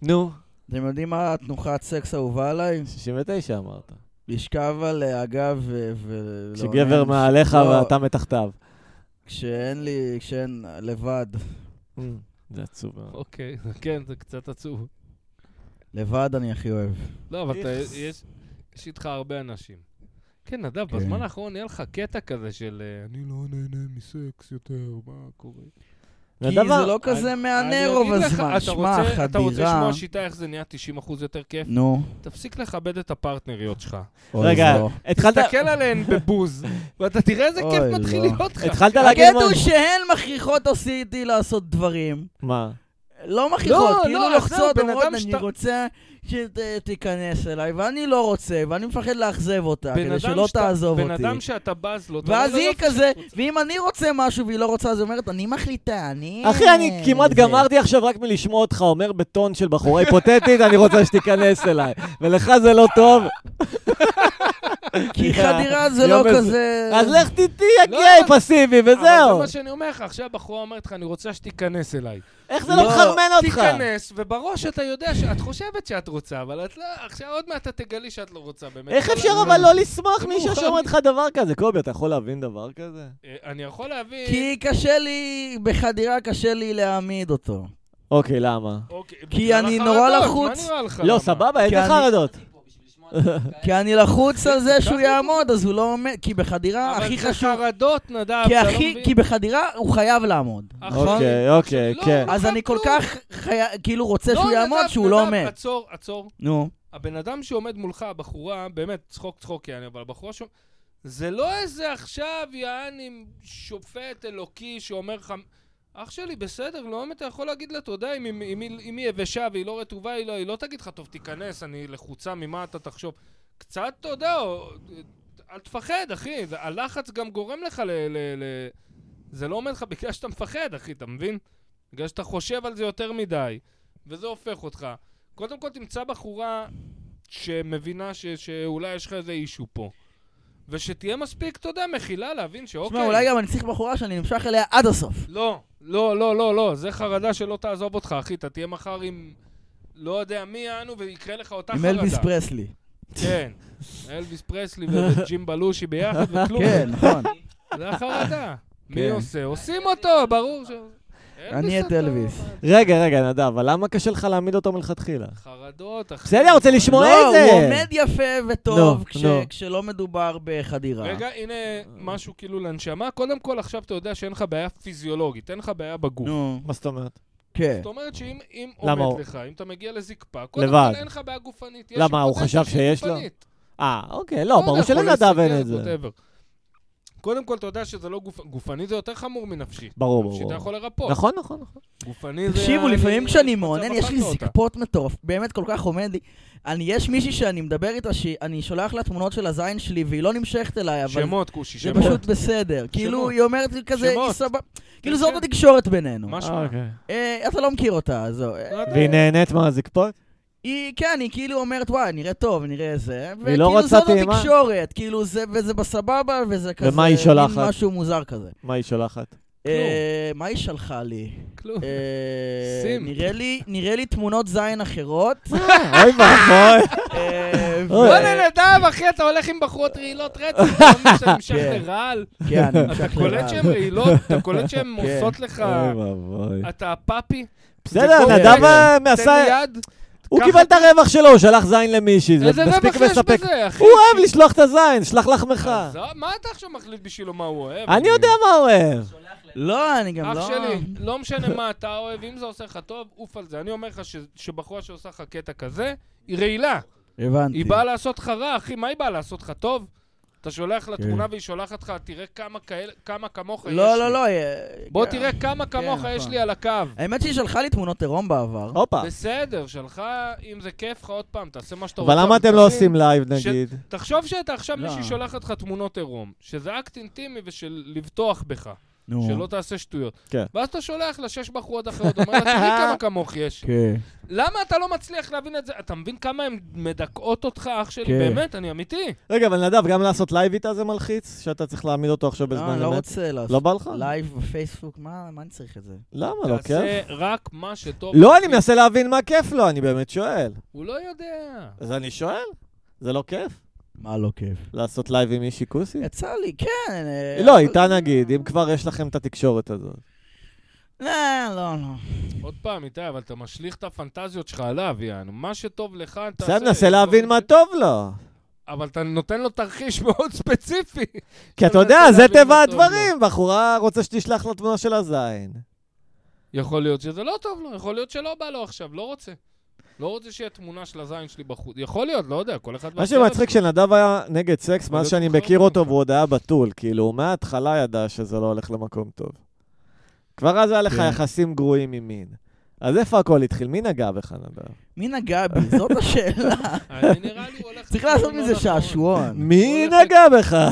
Speaker 1: נו,
Speaker 2: אתם יודעים מה התנוחת סקס האהובה עליי?
Speaker 1: 69 אמרת.
Speaker 2: לשכב על אה, הגב ו... ו-
Speaker 1: כשגבר
Speaker 2: לעונן.
Speaker 1: מעליך
Speaker 2: לא,
Speaker 1: ואתה מתחתיו.
Speaker 2: כשאין לי, כשאין, לבד.
Speaker 1: זה עצוב מאוד.
Speaker 3: אוקיי, כן, זה קצת עצוב.
Speaker 2: לבד אני הכי אוהב.
Speaker 3: לא, אבל אתה-
Speaker 1: איכס.
Speaker 3: יש יש איתך הרבה אנשים. כן, נדב,
Speaker 2: כן.
Speaker 3: בזמן האחרון נהיה לך קטע כזה של אה, אני לא נהנה מסקס יותר, מה קורה?
Speaker 2: כי
Speaker 1: נדב,
Speaker 2: זה לא כזה
Speaker 3: אני
Speaker 2: מהנה
Speaker 3: אגיד
Speaker 2: רוב
Speaker 3: לך,
Speaker 2: הזמן.
Speaker 3: אתה
Speaker 2: שמע,
Speaker 3: רוצה- אתה רוצה
Speaker 2: חדירה.
Speaker 3: לשמוע שיטה איך זה נהיה 90% יותר כיף?
Speaker 2: נו.
Speaker 3: תפסיק לכבד את הפרטנריות שלך.
Speaker 2: אוי,
Speaker 1: רגע,
Speaker 2: לא.
Speaker 1: התחלת...
Speaker 3: תסתכל עליהן בבוז, ואתה תראה איזה
Speaker 2: אוי,
Speaker 3: כיף מתחיל
Speaker 2: לא.
Speaker 3: להיות לך.
Speaker 1: התחלת להגיד
Speaker 2: הקטע הוא
Speaker 1: משהו.
Speaker 2: שהן מכריחות אותי לעשות דברים.
Speaker 1: מה?
Speaker 2: לא מכריחות,
Speaker 3: לא,
Speaker 2: כאילו
Speaker 3: לא, זהו,
Speaker 2: לוחצות,
Speaker 3: בן
Speaker 2: אומרות,
Speaker 3: אדם
Speaker 2: אני
Speaker 3: שאתה-
Speaker 2: רוצה שתיכנס אליי, ואני לא רוצה, ואני מפחד לאכזב אותה,
Speaker 3: בן אדם
Speaker 2: כדי שלא
Speaker 3: שאתה-
Speaker 2: תעזוב
Speaker 3: בן
Speaker 2: אותי.
Speaker 3: אדם שאתה בז לו. אתה לא-
Speaker 2: ואז
Speaker 3: אומר לו,
Speaker 2: היא
Speaker 3: "יופי,
Speaker 2: כזה,
Speaker 3: חוץ."
Speaker 2: ואם אני רוצה משהו והיא לא רוצה, אז היא אומרת, אני מחליטה, אני...
Speaker 1: אחי, אני כמעט
Speaker 2: זה."
Speaker 1: גמרתי עכשיו רק מלשמוע אותך אומר בטון של בחורה היפותטית, אני רוצה שתיכנס אליי. ולך זה לא טוב,
Speaker 2: כי
Speaker 1: סליחה,
Speaker 2: חדירה זה לא
Speaker 1: יום איזה-
Speaker 2: כזה...
Speaker 1: אז לך ת- תהיה
Speaker 3: לא,
Speaker 1: גיי
Speaker 3: אבל-
Speaker 1: פסיבי,
Speaker 3: אבל זה
Speaker 1: וזהו.
Speaker 3: מה שאני אומר לך, עכשיו הבחורה אומרת לך, אני רוצה שתיכנס אליי.
Speaker 1: איך זה לא
Speaker 2: לא,
Speaker 1: מחרמן אותך?
Speaker 3: תיכנס, ובראש אתה יודע שאת חושבת שאת רוצה, אבל את לא, עכשיו עוד מעט את תגלי שאת לא רוצה באמת.
Speaker 1: איך
Speaker 3: אבל
Speaker 1: אפשר
Speaker 3: אני-
Speaker 1: אבל לא לסמוך
Speaker 3: זה
Speaker 1: מישהו
Speaker 3: מאוחר
Speaker 1: שאומר
Speaker 3: מדי.
Speaker 1: לך דבר כזה? קובי, אתה יכול להבין דבר כזה?
Speaker 3: אה, אני יכול להבין...
Speaker 2: כי קשה לי, בחדירה קשה לי להעמיד אותו.
Speaker 1: אוקיי, למה?
Speaker 3: אוקיי,
Speaker 2: כי
Speaker 3: בגלל
Speaker 2: אני
Speaker 3: החרדות,
Speaker 2: נורא
Speaker 3: מה
Speaker 2: לחוץ.
Speaker 3: נראה לך,
Speaker 1: לא,
Speaker 3: למה?
Speaker 1: סבבה,
Speaker 2: כי
Speaker 1: איזה
Speaker 2: אני-
Speaker 1: חרדות.
Speaker 2: כי אני לחוץ על זה שהוא
Speaker 3: ככה הוא-
Speaker 2: יעמוד, אז הוא לא עומד, כי בחדירה הכי
Speaker 3: אבל זה
Speaker 2: חשוב...
Speaker 3: חרדות, נדב, אתה
Speaker 2: כי
Speaker 3: לא
Speaker 2: הכי,
Speaker 3: מבין.
Speaker 2: כי בחדירה הוא חייב לעמוד.
Speaker 3: עכשיו-
Speaker 1: אוקיי,
Speaker 3: עכשיו-
Speaker 1: אוקיי,
Speaker 3: לא,
Speaker 1: כן.
Speaker 3: לא
Speaker 2: אז
Speaker 3: חייב
Speaker 2: אני כל
Speaker 3: כלום.
Speaker 2: כך חי... כאילו רוצה
Speaker 3: לא,
Speaker 2: שהוא יעמוד
Speaker 3: נדב,
Speaker 2: שהוא לא
Speaker 3: נדב,
Speaker 2: עומד.
Speaker 3: עצור, עצור.
Speaker 2: נו.
Speaker 3: הבן אדם שעומד מולך, הבחורה, באמת, צחוק צחוק יעני, אבל הבחורה ש... זה לא איזה עכשיו יעני שופט אלוקי שאומר לך... אח שלי, בסדר, לא אם אתה יכול להגיד לה תודה אם, אם, אם, היא- אם היא יבשה והיא לא רטובה, היא לא, היא לא תגיד לך, טוב, תיכנס, אני לחוצה, ממה אתה תחשוב? קצת תודה, או... אל תפחד, אחי, זה- הלחץ גם גורם לך ל... ל, ל... זה לא עומד לך בגלל שאתה מפחד, אחי, אתה מבין? בגלל שאתה חושב על זה יותר מדי, וזה הופך אותך. קודם כל תמצא בחורה שמבינה ש, שאולי יש לך איזה אישו פה. ושתהיה מספיק, אתה יודע, מכילה להבין שאוקיי.
Speaker 2: תשמע, אולי גם אני צריך בחורה שאני נמשך אליה עד הסוף.
Speaker 3: לא, לא, לא, לא, לא, זה חרדה שלא תעזוב אותך, אחי. אתה תהיה מחר עם לא יודע מי אנו, ויקרה לך אותה
Speaker 2: עם
Speaker 3: חרדה.
Speaker 2: אלוויס פרסלי.
Speaker 3: כן, אלביס פרסלי וג'ים בלושי ביחד, וכלום.
Speaker 2: כן, נכון.
Speaker 3: זה החרדה. מי
Speaker 2: כן.
Speaker 3: עושה? עושים אותו, ברור ש...
Speaker 2: אני את
Speaker 3: אתה,
Speaker 2: אלביס.
Speaker 3: אבל-
Speaker 1: רגע, רגע, נדב, אבל למה קשה לך להעמיד אותו מלכתחילה?
Speaker 3: חרדות, אחי.
Speaker 1: בסדר, רוצה לשמוע את זה.
Speaker 2: לא, הוא עומד יפה וטוב
Speaker 1: נו,
Speaker 2: כש-
Speaker 1: נו.
Speaker 2: כשלא מדובר בחדירה.
Speaker 3: רגע, הנה משהו כאילו לנשמה. קודם כל, עכשיו אתה יודע שאין לך בעיה פיזיולוגית, אין לך בעיה בגוף.
Speaker 2: נו,
Speaker 1: מה זאת אומרת?
Speaker 2: כן.
Speaker 3: זאת אומרת שאם אם
Speaker 1: למה
Speaker 3: עומד
Speaker 1: הוא-
Speaker 3: לך, אם אתה מגיע לזקפה, קודם
Speaker 1: לבד.
Speaker 3: כל אין לך בעיה גופנית. יש
Speaker 1: למה, הוא
Speaker 3: פוטנציה
Speaker 1: חשב שיש לו?
Speaker 3: גופנית.
Speaker 1: אה, אוקיי, לא, ברור
Speaker 3: יודע, חולה
Speaker 1: שלנדב אין
Speaker 3: סוכרת,
Speaker 1: את זה.
Speaker 3: whatever. קודם כל, אתה יודע שזה לא גופ- גופני, זה יותר חמור מנפשי.
Speaker 1: ברור,
Speaker 3: נפשי אתה
Speaker 1: ברור.
Speaker 3: יכול לרפות.
Speaker 1: נכון, נכון, נכון.
Speaker 3: גופני זה...
Speaker 2: תקשיבו,
Speaker 3: אני-
Speaker 2: לפעמים כשאני
Speaker 3: יש מצב
Speaker 2: מעונן, יש לי
Speaker 3: אכלנו אותה.
Speaker 2: זקפות מטורף, באמת כל כך עומד לי. אני, יש מישהי שאני מדבר איתה, שאני שולח לה תמונות של הזין שלי, והיא לא נמשכת אליי, אבל
Speaker 3: שמות, כושי,
Speaker 2: זה
Speaker 3: שמות.
Speaker 2: פשוט בסדר. כאילו, היא אומרת לי כזה, היא
Speaker 3: שמות.
Speaker 2: סבבה. כאילו,
Speaker 3: כן,
Speaker 2: זאת
Speaker 3: כן.
Speaker 2: התקשורת בינינו.
Speaker 3: מה שמה?
Speaker 1: אוקיי.
Speaker 2: אה, אתה לא מכיר אותה, אז זהו. אה,
Speaker 1: והיא נהנית מהזקפות?
Speaker 2: היא, כן, היא כאילו אומרת, וואי, נראה טוב, נראה זה.
Speaker 1: היא לא רוצה
Speaker 2: וכאילו
Speaker 1: טעימה?
Speaker 2: זאת התקשורת, כאילו זה, וזה בסבבה, וזה כזה...
Speaker 1: ומה היא שולחת?
Speaker 2: מין משהו מוזר כזה.
Speaker 1: מה היא שולחת?
Speaker 2: אה, מה היא שלחה לי?
Speaker 1: לא
Speaker 3: כלום.
Speaker 2: אה,
Speaker 3: שים.
Speaker 2: נראה לי- נראה לי תמונות זין אחרות.
Speaker 1: אוי אה, ואבוי.
Speaker 2: אה,
Speaker 3: בוא
Speaker 1: אוי.
Speaker 3: נדב, אחי, אתה הולך עם בחורות רעילות רצח, אתה לא אומר שאני נמשך
Speaker 2: כן.
Speaker 3: לרעל.
Speaker 2: כן, אני
Speaker 3: אתה
Speaker 2: משחרר.
Speaker 3: קולט שהן רעילות, אתה קולט שהן
Speaker 2: כן.
Speaker 3: עושות לך...
Speaker 1: אוי ואבוי.
Speaker 3: אתה פאפי?
Speaker 1: לא בסדר,
Speaker 3: אה. זה קומפלקס.
Speaker 1: נדב אה,
Speaker 3: תן
Speaker 1: עשה...
Speaker 3: לי יד?
Speaker 1: הוא
Speaker 3: ככה-
Speaker 1: קיבל את הרווח שלו, הוא שלח זין למישהי,
Speaker 3: איזה
Speaker 1: זה מספיק
Speaker 3: רווח יש
Speaker 1: מספק.
Speaker 3: בזה, אחי?
Speaker 1: הוא אוהב לשלוח את הזין, שלח לחמך.
Speaker 3: אז מה אתה עכשיו מחליט בשבילו מה הוא אוהב?
Speaker 1: אני יודע מה הוא אוהב.
Speaker 2: לא, אני גם לא...
Speaker 3: אח שלי, לא משנה מה אתה אוהב, אם זה עושה לך טוב, עוף על זה. אני אומר לך ש- שבחורה שעושה לך קטע כזה, היא רעילה.
Speaker 2: הבנתי.
Speaker 3: היא באה לעשות לך רע, אחי, מה היא באה לעשות לך טוב? אתה שולח לה תמונה והיא שולחת לך, תראה כמה כאלה- כמה כמוך יש לי.
Speaker 2: כן. לא, לא, לא. היא-
Speaker 3: בוא
Speaker 2: כן.
Speaker 3: תראה כמה כמוך יש
Speaker 2: נכון.
Speaker 3: לי על הקו.
Speaker 2: האמת שהיא שלחה לי תמונות עירום בעבר.
Speaker 3: אה,
Speaker 1: הופה.
Speaker 3: בסדר, שלחה, אם זה כיף לך עוד פעם, תעשה מה שאתה רוצה.
Speaker 1: אבל למה אתם
Speaker 3: תבין.
Speaker 1: לא עושים לייב
Speaker 3: ש-
Speaker 1: נגיד?
Speaker 3: תחשוב שאתה עכשיו
Speaker 2: לא.
Speaker 3: מישהי שולחת לך תמונות עירום, שזה אקט אינטימי ושל לבטוח בך,
Speaker 2: נו.
Speaker 3: שלא תעשה שטויות.
Speaker 1: כן.
Speaker 3: ואז אתה שולח לה שש בחורות אחרות, אומר לה, תראי כמה כמוך יש.
Speaker 2: כן.
Speaker 3: למה אתה לא מצליח להבין את זה? אתה מבין כמה הן מדכאות אותך, אח שלי?
Speaker 2: כן.
Speaker 3: באמת, אני אמיתי.
Speaker 1: רגע, אבל נדב, גם לעשות לייב איתה זה מלחיץ? שאתה צריך להעמיד אותו עכשיו
Speaker 2: לא,
Speaker 1: בזמן
Speaker 2: אני לא
Speaker 1: אמת?
Speaker 2: רוצה לעשות.
Speaker 1: לא בא לך?
Speaker 2: לייב בפייסבוק, מה מה אני צריך את זה?
Speaker 1: למה? לא כיף?
Speaker 3: תעשה רק מה שטוב.
Speaker 1: לא,
Speaker 3: לך.
Speaker 1: אני מנסה להבין מה כיף לו, אני באמת שואל.
Speaker 3: הוא לא יודע.
Speaker 1: אז אני שואל, זה לא כיף?
Speaker 2: מה לא כיף?
Speaker 1: לעשות לייב עם מישהי כוסית?
Speaker 2: יצא לי, כן. אה,
Speaker 1: לא,
Speaker 2: אבל-
Speaker 1: איתה נגיד, אם כבר יש לכם את התקשורת הזאת.
Speaker 2: לא, לא, לא.
Speaker 3: עוד פעם, איתי, אבל אתה משליך את הפנטזיות שלך עליו, יענו. מה שטוב לך, תעשה. לא,
Speaker 1: בסדר, מנסה להבין מה טוב לו.
Speaker 3: אבל אתה נותן לו תרחיש מאוד ספציפי.
Speaker 1: כי אתה
Speaker 3: אתה
Speaker 1: יודע,
Speaker 3: מנסה
Speaker 1: זה
Speaker 3: להבין
Speaker 1: טבע
Speaker 3: מה טוב
Speaker 1: הדברים, בחורה רוצה שתשלח לו תמונה של הזין.
Speaker 3: יכול להיות שזה לא טוב לו, יכול להיות שלא בא לו עכשיו, לא רוצה. לא רוצה שיהיה תמונה של הזין שלי בחוץ. יכול להיות, לא יודע, כל אחד...
Speaker 1: מה
Speaker 3: והסרט
Speaker 1: שמצחיק,
Speaker 3: שלו.
Speaker 1: כשנדב היה נגד סקס,
Speaker 3: אבל
Speaker 1: מאז
Speaker 3: זה
Speaker 1: שאני
Speaker 3: זוכר
Speaker 1: מכיר
Speaker 3: אותו.
Speaker 1: אותו והוא עוד היה בתול, כאילו, הוא מההתחלה ידע שזה לא הולך למקום טוב. כבר אז היה לך
Speaker 2: כן.
Speaker 1: יחסים גרועים עם מין. אז איפה הכל התחיל? מי נגע בך, נדב?
Speaker 2: מי נגע בי? זאת השאלה.
Speaker 3: אני נראה לי הוא הולך...
Speaker 2: צריך
Speaker 3: לכיוון
Speaker 2: לעשות
Speaker 3: לא
Speaker 2: מזה
Speaker 3: נכון.
Speaker 2: שעשועון.
Speaker 1: מי
Speaker 3: הולך
Speaker 1: נגע בך?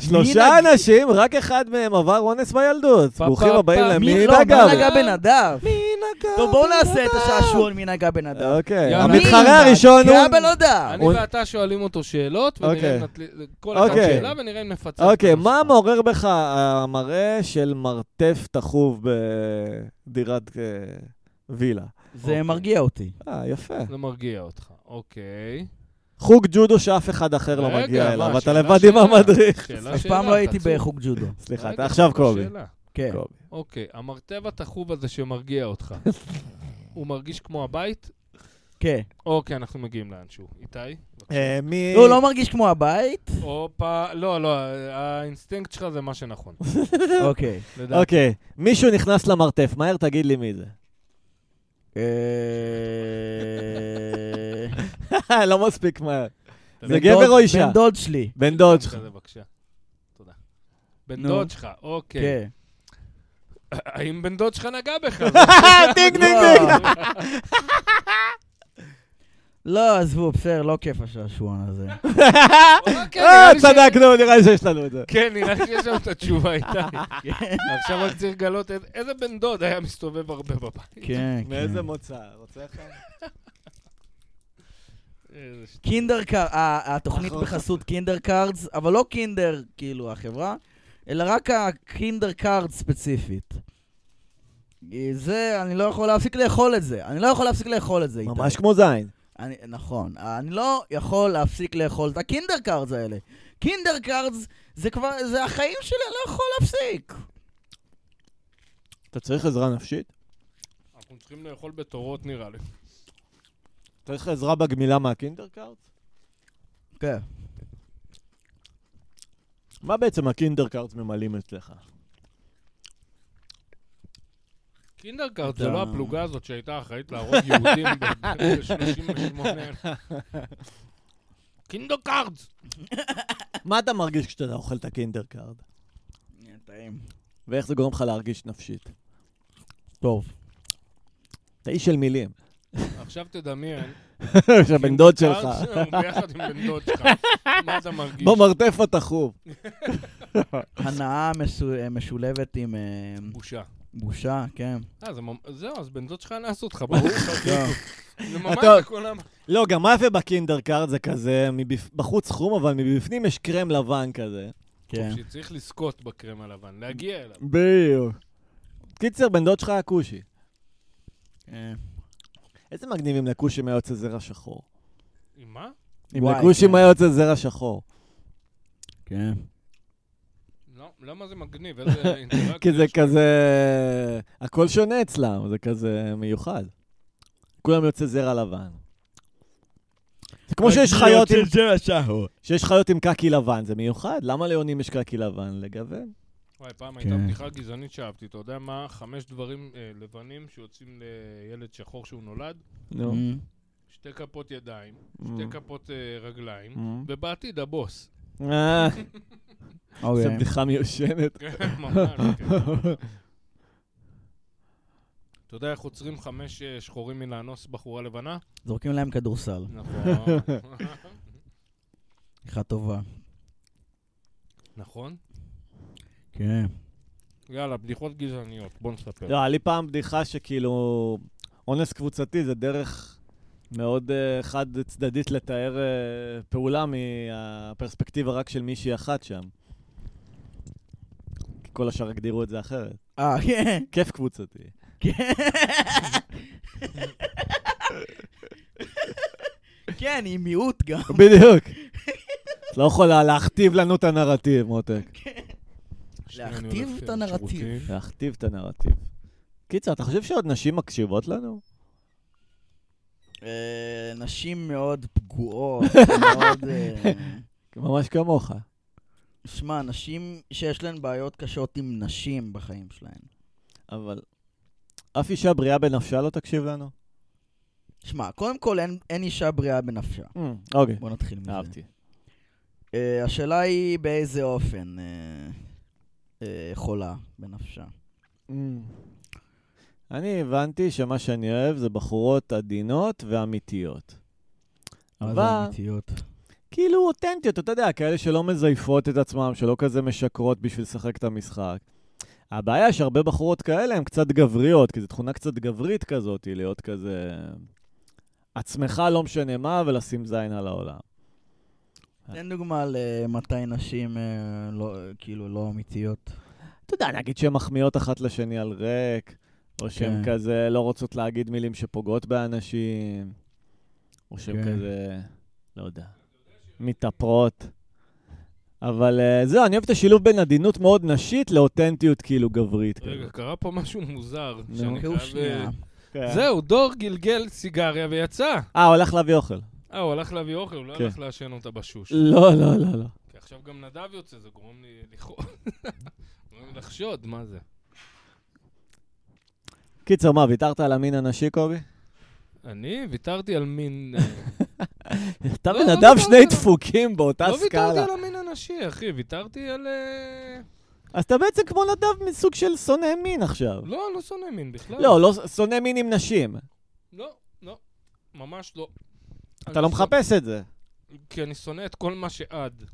Speaker 1: שלושה
Speaker 2: נג-
Speaker 1: אנשים, רק אחד מהם עבר אונס בילדות.
Speaker 3: פה,
Speaker 1: ברוכים
Speaker 3: פה,
Speaker 1: הבאים
Speaker 3: פה.
Speaker 1: למי
Speaker 2: מי לא,
Speaker 1: נגע
Speaker 2: מי
Speaker 1: בך?
Speaker 2: נגע בנדב?
Speaker 1: מי נגע
Speaker 2: טוב, בואו נעשה את
Speaker 1: בך?
Speaker 2: השעשועון מי נגע בנדב.
Speaker 1: אוקיי,
Speaker 3: יאללה.
Speaker 1: המתחרה הראשון הוא...
Speaker 2: נגע לא בנדב.
Speaker 3: אני
Speaker 1: הוא-
Speaker 3: ואתה שואלים אותו שאלות,
Speaker 1: אוקיי.
Speaker 3: ונראה אם נטל... כל אחד
Speaker 1: אוקיי.
Speaker 3: שאלה, ונראה אם נפצה.
Speaker 1: אוקיי, מה מעורר בך המראה של מרתף תחוב בדירת אה, וילה?
Speaker 2: זה
Speaker 3: אוקיי.
Speaker 2: מרגיע אותי.
Speaker 1: אה, יפה.
Speaker 3: זה מרגיע אותך, אוקיי.
Speaker 1: חוג ג'ודו שאף אחד אחר לא
Speaker 3: רגע,
Speaker 1: מגיע
Speaker 3: מה,
Speaker 1: אליו, אתה
Speaker 3: שאלה,
Speaker 1: לבד עם
Speaker 3: שאלה.
Speaker 1: המדריך.
Speaker 3: שאלה,
Speaker 2: אף
Speaker 3: שאלה,
Speaker 2: פעם לא הייתי
Speaker 3: תעצור.
Speaker 2: בחוג ג'ודו.
Speaker 1: סליחה,
Speaker 3: רגע,
Speaker 1: אתה עכשיו
Speaker 3: אבל
Speaker 1: קובי.
Speaker 3: שאלה.
Speaker 2: כן.
Speaker 1: קובי.
Speaker 3: אוקיי, המרתב התחוב הזה שמרגיע אותך, הוא מרגיש כמו הבית?
Speaker 2: כן.
Speaker 3: אוקיי, אנחנו מגיעים לאנשהו. איתי? בבקשה.
Speaker 1: אה, מי...
Speaker 2: לא, הוא לא מרגיש כמו הבית.
Speaker 3: הופה, לא, לא, האינסטינקט שלך זה מה שנכון.
Speaker 2: אוקיי.
Speaker 3: לדעתי.
Speaker 1: אוקיי, מישהו נכנס למרתף, מהר תגיד לי מי זה.
Speaker 2: אה,
Speaker 1: לא מספיק מהר.
Speaker 3: אתה
Speaker 1: זה
Speaker 2: בן
Speaker 1: גבר
Speaker 2: דוד-
Speaker 1: או אישה?
Speaker 2: בן דוד שלי.
Speaker 1: בן דוד
Speaker 3: בן
Speaker 1: שלך.
Speaker 3: כזה, בבקשה. תודה. בן
Speaker 2: נו.
Speaker 3: דוד שלך, אוקיי.
Speaker 2: כן.
Speaker 3: האם בן דוד שלך נגע בך?
Speaker 1: דינג דינג דינג.
Speaker 2: לא. לא, עזבו, בסדר, לא כיף השעשועון הזה.
Speaker 3: אוקיי,
Speaker 1: אה,
Speaker 3: נראה לי ש-
Speaker 1: צדקנו, נראה לי שיש לנו את זה.
Speaker 3: כן, נראה לי שיש שם את התשובה איתי. עכשיו רק צריך לגלות איזה- איזה בן דוד היה מסתובב הרבה בבית.
Speaker 2: כן, כן.
Speaker 1: מאיזה מוצא? רוצה אחד?
Speaker 3: איזה אה, ש-
Speaker 2: קינדר קארדס, התוכנית
Speaker 1: נכון.
Speaker 2: בחסות קינדר קארדס, אבל לא קינדר, כאילו, החברה, אלא רק הקינדר קארדס ספציפית. אה, זה, אני לא יכול להפסיק לאכול את זה. אני לא יכול להפסיק לאכול את זה, איתי.
Speaker 1: ממש כמו זין.
Speaker 2: אני, נכון, אני לא יכול להפסיק לאכול את הקינדר קארדס האלה. קינדר קארדס זה כבר, זה החיים שלי, אני לא יכול להפסיק.
Speaker 1: אתה צריך עזרה נפשית?
Speaker 3: אנחנו צריכים לאכול בתורות נראה לי.
Speaker 1: צריך עזרה בגמילה מהקינדר קארט?
Speaker 2: כן.
Speaker 1: מה בעצם הקינדר קארט ממלאים אצלך?
Speaker 3: קינדר קארט זה
Speaker 2: אתה-
Speaker 3: לא הפלוגה הזאת שהייתה אחראית להרוג יהודים ב-38. קינדר קארט!
Speaker 1: מה אתה מרגיש כשאתה אוכל את הקינדר קארט?
Speaker 2: טעים.
Speaker 1: ואיך זה גורם לך להרגיש נפשית?
Speaker 2: טוב.
Speaker 1: אתה איש של מילים.
Speaker 3: עכשיו תדמיין.
Speaker 1: שהבן דוד שלך.
Speaker 3: קינדר קארט, ביחד עם בן דוד שלך. מה אתה מרגיש?
Speaker 1: במרתף התחוב.
Speaker 2: הנאה מסו- משולבת עם אה,
Speaker 3: בושה.
Speaker 2: בושה, כן.
Speaker 3: אה, זה ממ- זהו, אז בן דוד שלך נעשה אותך, ברור לך.
Speaker 2: לא.
Speaker 3: זה ממש
Speaker 1: אתה-
Speaker 3: בכל העם.
Speaker 1: לא, גם מה יפה בקינדר קארט זה כזה, מבפ- בחוץ חום, אבל מבפנים יש קרם לבן כזה.
Speaker 2: כן.
Speaker 3: שצריך לזכות בקרם הלבן, להגיע אליו.
Speaker 1: בדיוק. קיצר, בן דוד שלך היה כושי.
Speaker 2: אה,
Speaker 1: איזה מגניבים לכושים היה יוצא זרע שחור.
Speaker 3: עם מה?
Speaker 1: עם
Speaker 2: וואי,
Speaker 1: לגושים
Speaker 2: כן.
Speaker 1: היה יוצא זרע שחור.
Speaker 2: כן.
Speaker 3: לא, למה זה מגניב? איזה אינטראקציה.
Speaker 1: כי זה
Speaker 3: יש פה.
Speaker 1: כזה... הכל שונה אצלם, זה כזה מיוחד. כולם יוצא זרע לבן. זה כמו שיש חיות עם- שיש חיות עם קקי לבן, זה מיוחד. למה ליונים יש קקי לבן? לגוון.
Speaker 3: וואי, פעם הייתה
Speaker 2: כן.
Speaker 3: בדיחה גזענית שאהבתי. אתה יודע מה? חמש דברים אה, לבנים שיוצאים לילד שחור שהוא נולד?
Speaker 1: נו.
Speaker 2: אוקיי.
Speaker 3: שתי כפות ידיים,
Speaker 1: Mm.
Speaker 3: שתי כפות אה, רגליים,
Speaker 1: Mm.
Speaker 3: ובעתיד הבוס.
Speaker 1: אה, זו
Speaker 2: אוקיי.
Speaker 1: בדיחה מיושנת.
Speaker 3: כן, ממש, כן. אתה יודע איך עוצרים חמש אה, שחורים מלאנוס בחורה לבנה?
Speaker 2: זורקים להם כדורסל.
Speaker 3: נכון.
Speaker 2: בדיחה טובה.
Speaker 3: נכון?
Speaker 2: כן.
Speaker 3: יאללה, בדיחות גזעניות, בוא נספר.
Speaker 1: לא, היה לי פעם בדיחה שכאילו, אונס קבוצתי זה דרך מאוד אה, חד-צדדית לתאר אה, פעולה מהפרספקטיבה רק של מישהי אחת שם. כי כל השאר הגדירו את זה אחרת.
Speaker 2: אה, כן.
Speaker 1: כיף קבוצתי.
Speaker 2: כן. כן, היא מיעוט גם.
Speaker 1: בדיוק. את לא יכולה להכתיב לנו את הנרטיב, מותק.
Speaker 3: שנייה, אני
Speaker 2: להכתיב
Speaker 3: הולך,
Speaker 2: את
Speaker 3: אה,
Speaker 2: הנרטיב.
Speaker 3: לשירותים.
Speaker 1: להכתיב את הנרטיב. קיצר, אתה חושב שעוד נשים מקשיבות לנו?
Speaker 2: אה, נשים מאוד פגועות, מאוד... אה,
Speaker 1: ממש כמוך.
Speaker 2: שמע, נשים שיש להן בעיות קשות עם נשים בחיים שלהן.
Speaker 1: אבל אף אישה בריאה בנפשה לא תקשיב לנו?
Speaker 2: שמע, קודם כל אין- אין אישה בריאה בנפשה.
Speaker 1: אוקיי,
Speaker 2: בוא נתחיל מזה.
Speaker 1: אהבתי.
Speaker 2: אה, השאלה היא באיזה אופן אה, אה, חולה בנפשה.
Speaker 1: Mm. אני הבנתי שמה שאני אוהב זה בחורות עדינות ואמיתיות. אבל
Speaker 2: אמיתיות?
Speaker 1: כאילו אותנטיות, אתה יודע, כאלה שלא מזייפות את עצמם, שלא כזה משקרות בשביל לשחק את המשחק. הבעיה שהרבה בחורות כאלה הן קצת גבריות, כי זו תכונה קצת גברית כזאת, היא להיות כזה... עצמך לא משנה מה, ולשים זין על העולם.
Speaker 2: תן דוגמה למתי נשים אה, לא- כאילו לא אמיתיות.
Speaker 1: אתה יודע, נגיד שהן מחמיאות אחת לשני על ריק, או שהן
Speaker 2: כן.
Speaker 1: כזה לא רוצות להגיד מילים שפוגעות באנשים, או שהן
Speaker 2: כן.
Speaker 1: כזה, לא יודע, מתאפרות. אבל אה, זהו, אני אוהב את השילוב בין עדינות מאוד נשית לאותנטיות כאילו גברית.
Speaker 3: רגע,
Speaker 1: כזאת.
Speaker 3: קרה פה משהו מוזר.
Speaker 1: נו.
Speaker 3: שאני
Speaker 2: כאילו
Speaker 3: חייב, אה,
Speaker 2: שנייה.
Speaker 1: כן.
Speaker 3: זהו, דור גלגל סיגריה ויצא.
Speaker 1: אה, הוא הלך להביא אוכל.
Speaker 3: אה, הוא הלך להביא אוכל, הוא לא
Speaker 1: כן.
Speaker 3: הלך לעשן אותה בשוש.
Speaker 1: לא, לא, לא, לא.
Speaker 3: כי עכשיו גם נדב יוצא, זה גורם לי לכאוב. גורם לי לחשוד, מה זה?
Speaker 1: קיצר, מה, ויתרת על המין הנשי, קובי?
Speaker 3: אני ויתרתי על מין... אה,
Speaker 1: אתה
Speaker 3: לא,
Speaker 1: בן
Speaker 3: לא
Speaker 1: אדם
Speaker 3: ויתרתי
Speaker 1: שני
Speaker 3: עליו.
Speaker 1: דפוקים באותה
Speaker 3: לא ויתרתי
Speaker 1: סקאלה.
Speaker 3: על המין הנשי, אחי, ויתרתי על... אה,
Speaker 1: אז אתה בעצם כמו נדב מסוג של שונא מין עכשיו.
Speaker 3: לא, לא שונא מין בכלל.
Speaker 1: לא, לא שונא מין עם נשים.
Speaker 3: לא, לא. ממש לא.
Speaker 1: אתה
Speaker 3: אני
Speaker 1: לא
Speaker 3: שונא-
Speaker 1: מחפש את זה.
Speaker 3: כי אני שונא את כל מה שעד,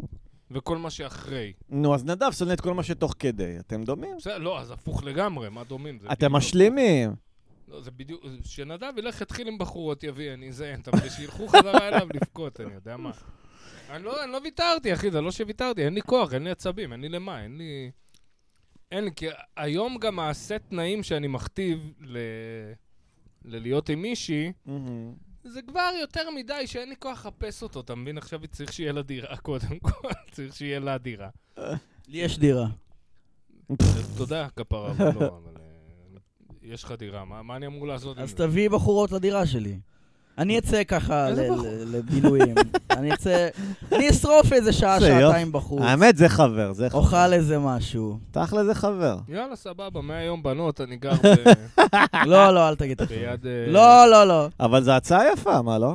Speaker 3: וכל מה שאחרי.
Speaker 1: נו, אז נדב שונא את כל מה שתוך כדי. אתם דומים?
Speaker 3: בסדר, לא, אז הפוך לגמרי, מה דומים? זה
Speaker 1: אתם
Speaker 3: בדיוק
Speaker 1: משלימים.
Speaker 3: הפוך. לא, זה בדיוק... שנדב ילך, יתחיל עם בחורות, יביא, אני אזיין, אתה מבין? שילכו חזרה אליו לבכות, אני יודע מה. אני לא, אני לא ויתרתי, אחי, זה לא שוויתרתי, אין לי כוח, אין לי עצבים, אין לי למה, אין לי... אין לי, כי היום גם הסט תנאים שאני מכתיב ל... ללהיות עם מישהי, זה כבר יותר מדי שאין לי כוח לחפש אותו, אתה מבין? עכשיו צריך שיהיה לה דירה קודם כל, צריך שיהיה לה דירה.
Speaker 2: לי יש דירה.
Speaker 3: אז תודה, כפרה, אבל לא, אבל... אה, יש לך דירה, מה מה אני אמור לעשות עם
Speaker 2: אז
Speaker 3: זה?
Speaker 2: תביאי בחורות לדירה שלי. אני אצא ככה
Speaker 3: איזה
Speaker 2: ל-
Speaker 3: בחור?
Speaker 2: ל- לבילויים. אני אצא... אני אשרוף איזה שעה,
Speaker 1: זה יופי.
Speaker 2: שעתיים בחוץ.
Speaker 1: האמת, זה חבר, זה חבר.
Speaker 2: אוכל איזה משהו.
Speaker 1: תכל'ה זה חבר.
Speaker 3: יאללה, סבבה, מהיום בנות, אני גר ב-
Speaker 2: לא, לא, אל תגיד את זה.
Speaker 3: ביד... אה,
Speaker 2: לא, לא, לא.
Speaker 1: אבל זו הצעה יפה, מה לא?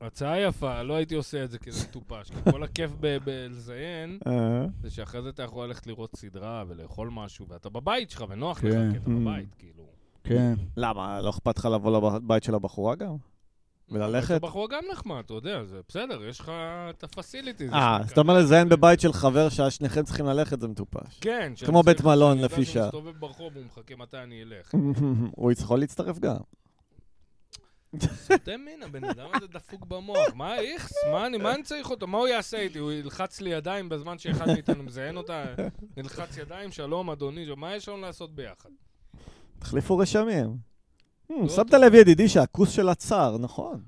Speaker 3: הצעה יפה, לא הייתי עושה את זה כי זה מטופש. כי כל הכיף ב- בלזיין,
Speaker 1: אה.
Speaker 3: זה שאחרי זה אתה יכול ללכת לראות סדרה ולאכול משהו, ואתה בבית שלך, ונוח
Speaker 2: כן.
Speaker 3: לך, כי
Speaker 1: Mm.
Speaker 3: אתה בבית, כאילו.
Speaker 2: כן.
Speaker 1: למה, לא אכפת לך לבוא לבית של הבחורה גם? וללכת?
Speaker 3: אתה בחור גם נחמד, אתה יודע, זה בסדר, יש לך את הפסיליטי.
Speaker 1: אה, אז אתה אומר לזיין בבית של חבר ששניכם צריכים ללכת, זה מטופש.
Speaker 3: כן. שאני
Speaker 1: כמו
Speaker 3: צריך-
Speaker 1: בית מלון,
Speaker 3: שאני יודע
Speaker 1: לפי
Speaker 3: שהוא
Speaker 1: שעה.
Speaker 3: מסתובב ברחוב, הוא מחכה מתי אני אלך.
Speaker 1: הוא יכול להצטרף גם.
Speaker 3: סוטה מין, הבן אדם הזה דפוק במוח. מה איכס? מה אני מה אני צריך אותו? מה הוא יעשה איתי? הוא ילחץ לי ידיים בזמן שאחד מאיתנו מזיין אותה? נלחץ ידיים, שלום, אדוני, מה יש לנו לעשות ביחד?
Speaker 1: תחליפו רשמים. Hmm,
Speaker 3: לא,
Speaker 1: שמת
Speaker 3: אתה-
Speaker 1: לב, ידידי, שהכוס שלה צר, נכון.